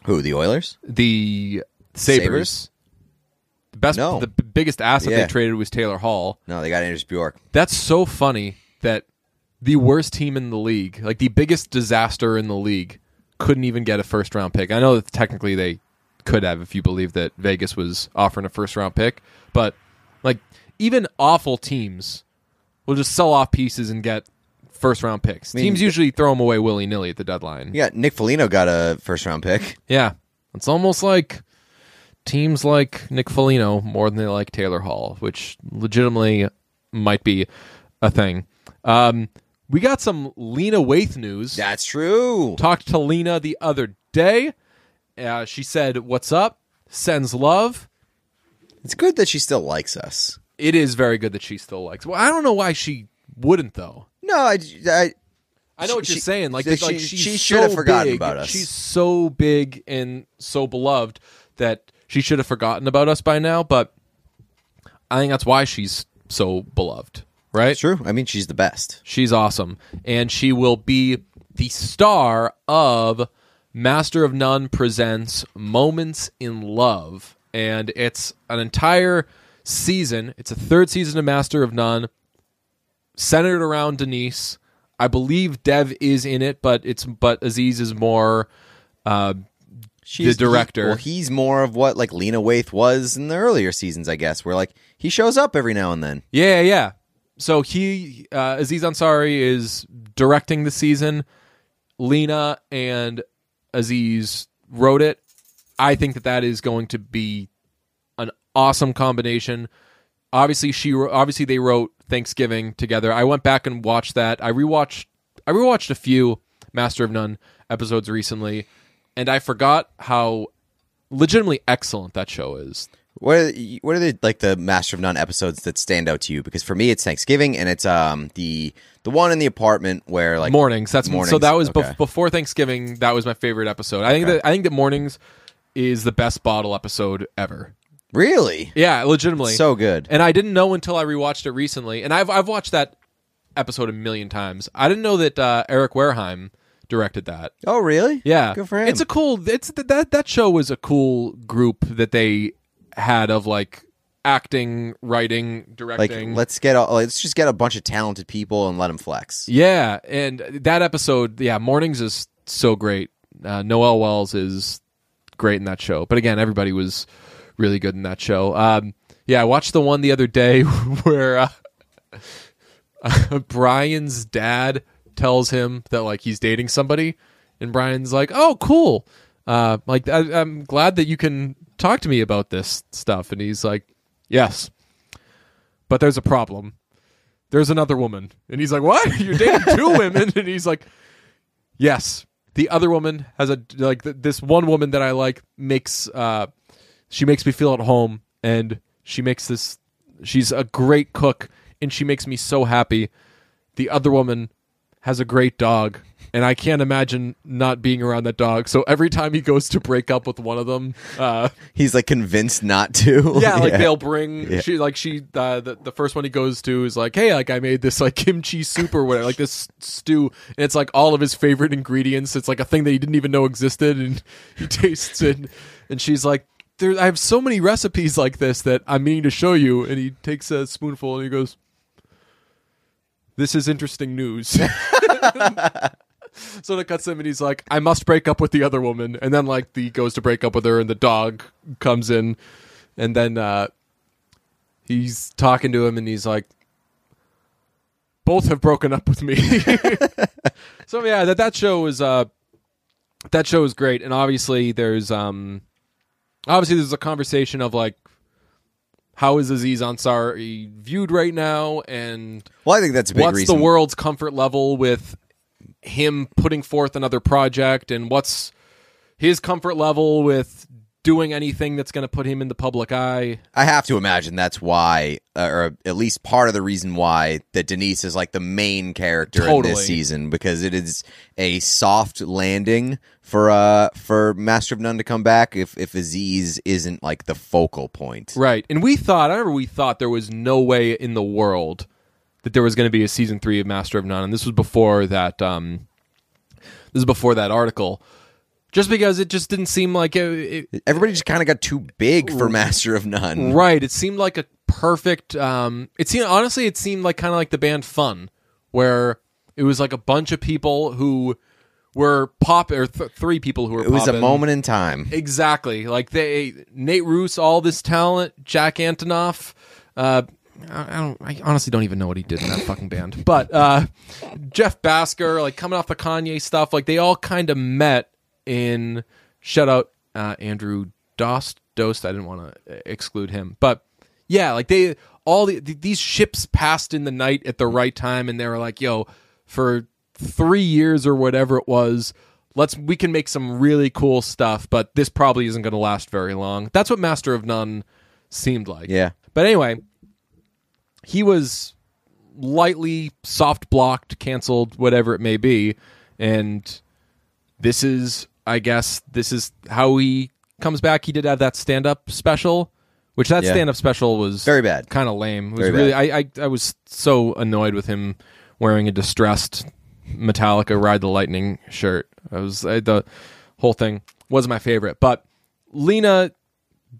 Who the Oilers?
The Sabers.
Sabres?
The best,
No.
the b- biggest asset
Yeah.
they traded was Taylor Hall.
No, they got Anders Bjork.
That's so funny that the worst team in the league, like the biggest disaster in the league, couldn't even get a first round pick. I know that technically they could have if you believe that Vegas was offering a first round pick, but like even awful teams will just sell off pieces and get first round picks. teams usually throw them away willy nilly at the deadline.
Yeah, Nick Foligno got a first round pick.
Yeah. It's almost like teams like Nick Foligno more than they like Taylor Hall, which legitimately might be a thing. Um, we got some Lena Waith news.
That's true.
Talked to Lena the other day. Uh, she said, What's up? Sends love.
It's good that she still likes us.
It is very good that she still likes. Well, I don't know why she wouldn't, though.
No, I, I
I know what
She-
you're saying. Like,
she-
like she's
she- she
should
should
so
have forgotten
big.
about us.
She's so big and so beloved that she should have forgotten about us by now. But I think that's why she's so beloved, right?
true. I mean, she's the best.
She's awesome, and she will be the star of Master of None presents Moments in Love, and it's an entire season. It's a third season of Master of None, centered around Denise. I believe Dev is in it, but it's but Aziz is more. Uh,
She's
The director.
he- well, he's more of what like Lena Waithe was in the earlier seasons, I guess. Where like he shows up every now and then.
Yeah, yeah. So he uh, Aziz Ansari is directing the season. Lena and Aziz wrote it. I think that that is going to be an awesome combination. Obviously, she wr- obviously they wrote Thanksgiving together. I went back and watched that. I rewatched I rewatched a few Master of None episodes recently, and I forgot how legitimately excellent that show is.
What are, what are the like the Master of None episodes that stand out to you? Because for me, it's Thanksgiving and it's um the the one in the apartment where like
mornings. That's so.
Mornings,
That was bef-
okay.
before Thanksgiving. That was my favorite episode. I think that I think that mornings is the best bottle episode ever.
really
Yeah, legitimately
so good.
And I didn't know until I rewatched it recently. And I've I've watched that episode a million times. I didn't know that uh, Eric Wareheim directed that.
oh really?
Yeah,
good for him.
It's a cool. It's that that show was a cool group that they had of like acting, writing,
Like,
directing.
let's get a, let's just get a bunch of talented people and let them flex.
yeah, and that episode, yeah, mornings is so great. Uh, Noel Wells is great in that show, but again, everybody was really good in that show. Um, yeah, I watched the one the other day [laughs] where uh, [laughs] Brian's dad tells him that like he's dating somebody, and Brian's like, "Oh, cool. Uh, like I, I'm glad that you can talk to me about this stuff." And he's like, "Yes, but there's a problem. There's another woman." And he's like, "What? You're dating two women?" And he's like, "Yes." The other woman has a like th- this one woman that I like makes uh she makes me feel at home and she makes this she's a great cook and she makes me so happy the other woman has a great dog and i can't imagine not being around that dog so every time he goes to break up with one of them uh,
He's like convinced not to. [laughs]
yeah like they'll bring
Yeah.
she like she uh, the, the first one he goes to is like hey like i made this like [laughs] kimchi soup or whatever like this stew and it's like all of his favorite ingredients it's like a thing that he didn't even know existed and [laughs] he tastes it and she's like there i have so many recipes like this that i'm meaning to show you and he takes a spoonful and he goes this is interesting news [laughs] So it cuts him and he's like, I must break up with the other woman. And then like he goes to break up with her and the dog comes in and then uh he's talking to him and he's like both have broken up with me. [laughs] so yeah, that that show is uh that show is great and obviously there's um obviously there's a conversation of like how is Aziz Ansari viewed right now and
Well, I think that's a big
what's
reason.
the world's comfort level with him putting forth another project and what's his comfort level with doing anything that's going to put him in the public eye
I have to imagine that's why, uh, or at least part of the reason why, that Denise is like the main character in
Totally.
this season because it is a soft landing for uh for Master of None to come back if if Aziz isn't like the focal point.
right and we thought i remember we thought there was no way in the world that there was going to be a season three of master of none and this was before that um this is before that article just because it just didn't seem like it, it
Everybody just kind of got too big for Master of None.
Right. It seemed like a perfect. Um, it seemed honestly, it seemed like kind of like the band Fun, where it was like a bunch of people who were pop or th- three people who were.
It was a
poppin'.
moment in time.
Exactly. Like they Nate Roos, all this talent, Jack Antonoff. Uh, I I don't. I honestly don't even know what he did in that fucking band. But uh, Jeff Basker, like coming off the Kanye stuff, like they all kind of met in. Shout out uh, Andrew Dost. Dost. I didn't want to exclude him, but yeah, like they all the, th- these ships passed in the night at the right time, and they were like, "Yo, for three years or whatever it was, let's we can make some really cool stuff, but this probably isn't going to last very long." That's what Master of None seemed like.
Yeah.
But anyway, he was lightly soft blocked, canceled, whatever it may be, and this is, I guess, this is how he comes back. He did have that stand up special, which that
Yeah.
stand up special was
Very bad.
kind of lame. It was
Very
really, I, I, I was so annoyed with him wearing a distressed Metallica Ride the Lightning shirt. I was I, the whole thing was my favorite, but Lena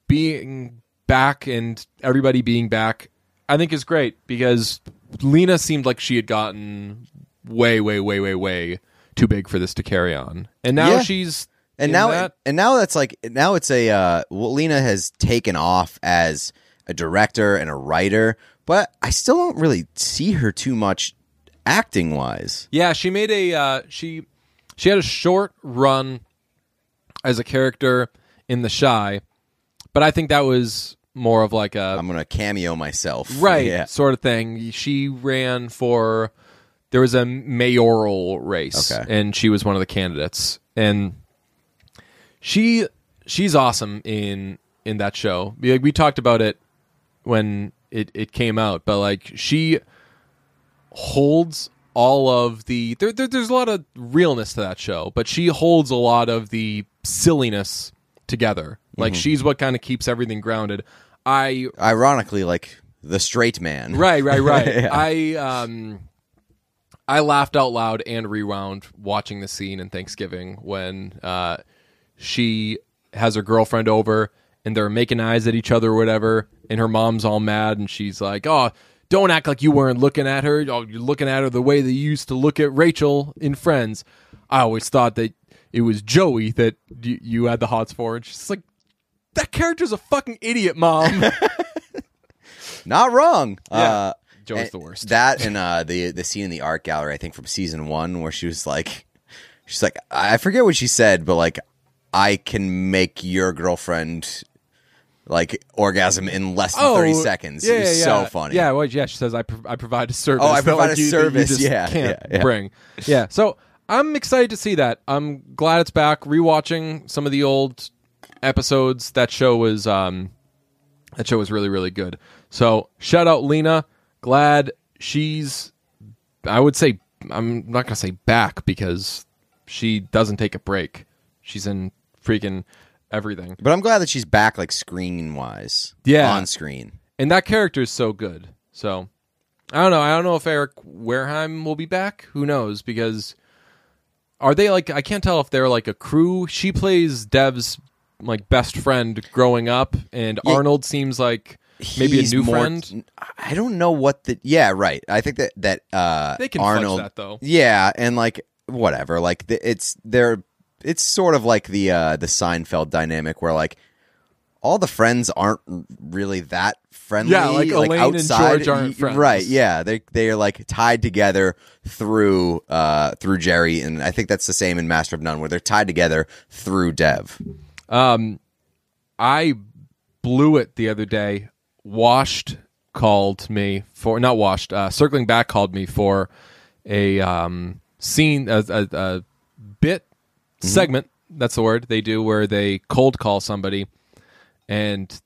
being back and everybody being back, I think is great because Lena seemed like she had gotten way, way, way, way, way too big for this to carry on, and now
Yeah.
she's
and
in
now
that-
and now that's like now it's a uh, well, Lena has taken off as a director and a writer, but I still don't really see her too much acting wise.
Yeah, she made a uh, she she had a short run as a character in The Shy, but I think that was more of like a
I'm gonna cameo [laughs] myself,
right
Yeah,
sort of thing. She ran for there was a mayoral race,
Okay.
and she was one of the candidates, and she she's awesome in in that show. We, we talked about it when it it came out, but like she holds all of the there, there there's a lot of realness to that show, but she holds a lot of the silliness together.
Mm-hmm.
Like she's what kind of keeps everything grounded. I
ironically, like the straight man,
Right, right, right.
Yeah.
I um I laughed out loud and rewound watching the scene in Thanksgiving when uh she has her girlfriend over and they're making eyes at each other or whatever. And her mom's all mad and she's like, oh, don't act like you weren't looking at her. Oh, you're looking at her the way that you used to look at Rachel in Friends. I always thought that it was Joey that you, you had the hots for. And she's like, that character's a fucking idiot, mom.
Not wrong. Uh,
Joey's
and
the worst.
That and uh, the the scene in the art gallery, I think from season one, where she was like, she's like, I forget what she said, but like, I can make your girlfriend like orgasm in less than thirty seconds. it was so funny.
Oh, Yeah, well, yeah. She says, "I prov- I provide a service. [laughs]
Oh, I
that,
provide
like,
a
you- that you
service,
just
yeah,
can't
yeah, yeah.
bring. Yeah. So I'm excited to see that. I'm glad it's back. Rewatching some of the old episodes. That show was um, that show was really really good. So shout out Lena. Glad she's. I would say I'm not gonna say back because she doesn't take a break. She's in freaking everything.
But I'm glad that she's back, like screen wise.
Yeah.
on screen.
and that character is so good. So I don't know. I don't know if Eric Wareheim will be back. Who knows? Because are they like? I can't tell if they're like a crew. She plays Dev's like best friend growing up, and
Yeah.
Arnold seems like maybe a
He's
new
more-
friend.
I don't know what the yeah right. I think that that uh,
They can fudge
Arnold
that, though.
Yeah, and like whatever, like the, it's they're it's sort of like the uh, the Seinfeld dynamic where like all the friends aren't really that friendly.
Yeah, like Elaine and
outside,
George aren't
y-
friends.
Right? Yeah, they they are like tied together through uh, through Jerry, and I think that's the same in Master of None where they're tied together through Dev.
I blew it the other day. Washed called me for not washed. Uh, circling back called me for a um, scene, a, a, a bit segment. That's the word they do where they cold call somebody, and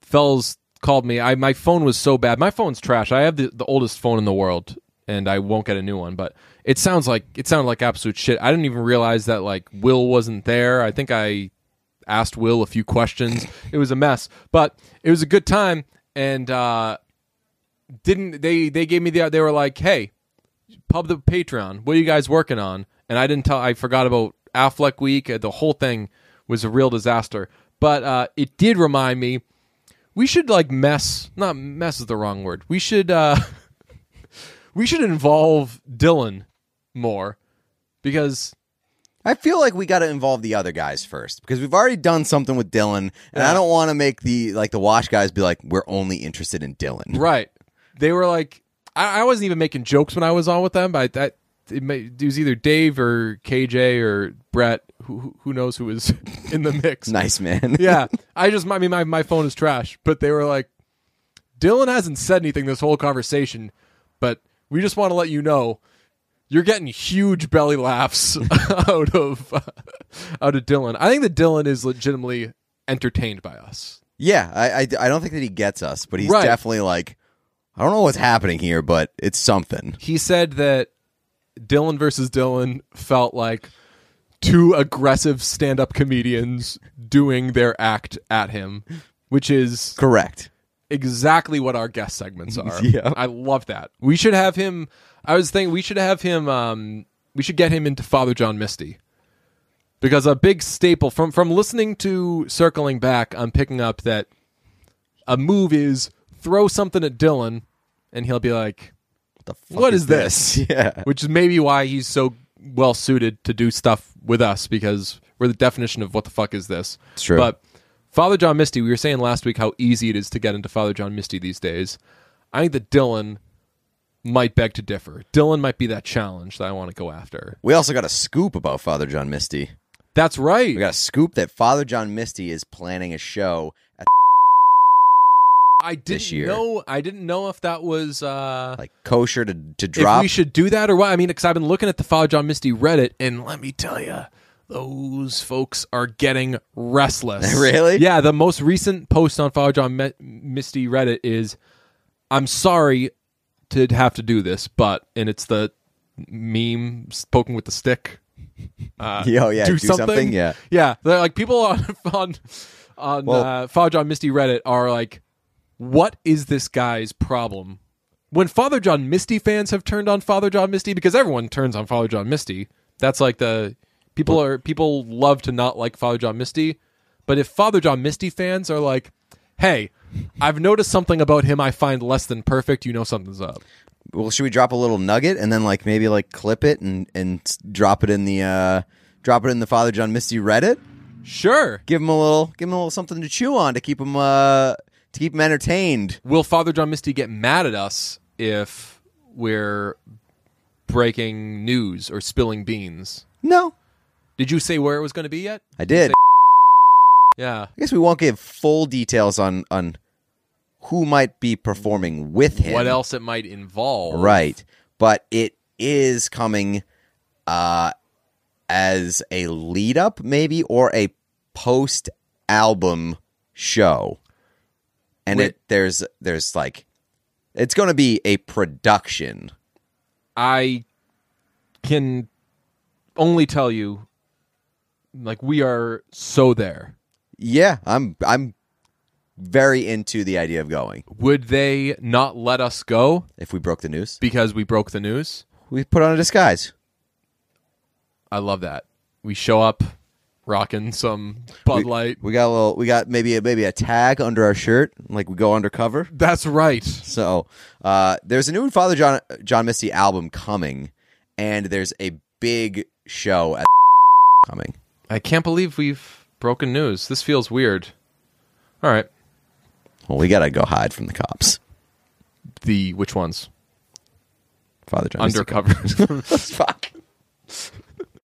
fells called me. I my phone was so bad. My phone's trash. I have the, the oldest phone in the world, and I won't get a new one. But it sounds like it sounded like absolute shit. I didn't even realize that like Will wasn't there. I think I asked Will a few questions. It was a mess, but it was a good time. And uh, didn't they? They gave me the. They were like, "Hey, pub the Patreon. What are you guys working on?" And I didn't tell. I forgot about Affleck week. Uh, The whole thing was a real disaster. But uh, it did remind me we should like mess. Not mess is the wrong word. We should. Uh, [laughs] we should involve Dylan more because
I feel like we got to involve the other guys first because we've already done something with Dylan, and I don't want to make the like the wash guys be like we're only interested in Dylan.
Right. They were like, I, I wasn't even making jokes when I was on with them. But that it, may, it was either Dave or KJ or Brett. Who who- who knows who was [laughs] in the mix?
[laughs] Nice man.
Yeah. I just I mean my my phone is trash. But they were like, Dylan hasn't said anything this whole conversation, but we just want to let you know. You're getting huge belly laughs [laughs] out of [laughs] out of Dylan. I think that Dylan is legitimately entertained by us.
[laughs] Yeah, I, I, I don't think that he gets us, but he's
Right.
definitely like, I don't know what's happening here, but it's something.
he said that Dylan versus Dylan felt like two aggressive stand-up comedians doing their act at him, which is
Correct.
exactly what our guest segments are.
Yeah.
I love that. We should have him I was thinking we should have him um we should get him into Father John Misty. Because a big staple from from listening to circling back, I'm picking up that a move is throw something at Dylan and he'll be like
The fuck
What is this?
[laughs] Yeah.
which is maybe why he's so well suited to do stuff with us because we're the definition of what the fuck is this.
It's true.
But Father John Misty, we were saying last week how easy it is to get into Father John Misty these days. I think that Dylan might beg to differ. Dylan might be that challenge that I want to go after.
We also got a scoop about Father John Misty.
That's right.
We got a scoop that Father John Misty is planning a show. At,
I didn't
this year.
know. I didn't know if that was uh,
like kosher to, to
if
drop.
we should do that or what. I mean, because I've been looking at the Father John Misty Reddit, and let me tell you, those folks are getting restless.
[laughs] Really?
Yeah. The most recent post on Father John Mi- Misty Reddit is, "I'm sorry to have to do this, but," and it's the meme poking with the stick. Uh,
[laughs] Yeah, oh, yeah, do something, yeah.
yeah. They're like people on [laughs] on on
Well-
uh, Father John Misty Reddit are like, what is this guy's problem? When Father John Misty fans have turned on Father John Misty because everyone turns on Father John Misty. That's like the people are people love to not like Father John Misty, But if Father John Misty fans are like, hey, I've noticed something about him I find less than perfect, you know something's up.
Well, should we drop a little nugget and then like maybe like clip it and and s- drop it in the uh drop it in the Father John Misty Reddit?
Sure.
Give him a little give him a little something to chew on to keep him uh to keep him entertained.
Will Father John Misty get mad at us if we're breaking news or spilling beans?
No,
Did you say where it was going to be yet?
I did.
Yeah.
I guess we won't give full details on on who might be performing with him.
What else it might involve.
Right. But it is coming uh as a lead up maybe or a post album show. And
Wait.
it there's there's like it's going to be a production.
I can only tell you, like, we are so there.
Yeah, I'm I'm very into the idea of going.
Would they not let us go
If we broke the news,
because we broke the news?
we put on a disguise.
I love that. We show up rocking some Bud Light.
We got a little we got maybe a, maybe a tag under our shirt like we go undercover.
That's right.
So uh, there's a new Father John John Misty album coming, and there's a big show at [laughs] coming.
I can't believe we've broken news. This feels weird. All right.
Well, we gotta go hide from the cops.
The which ones?
Father John Misty.
[laughs] Undercover.
Fuck.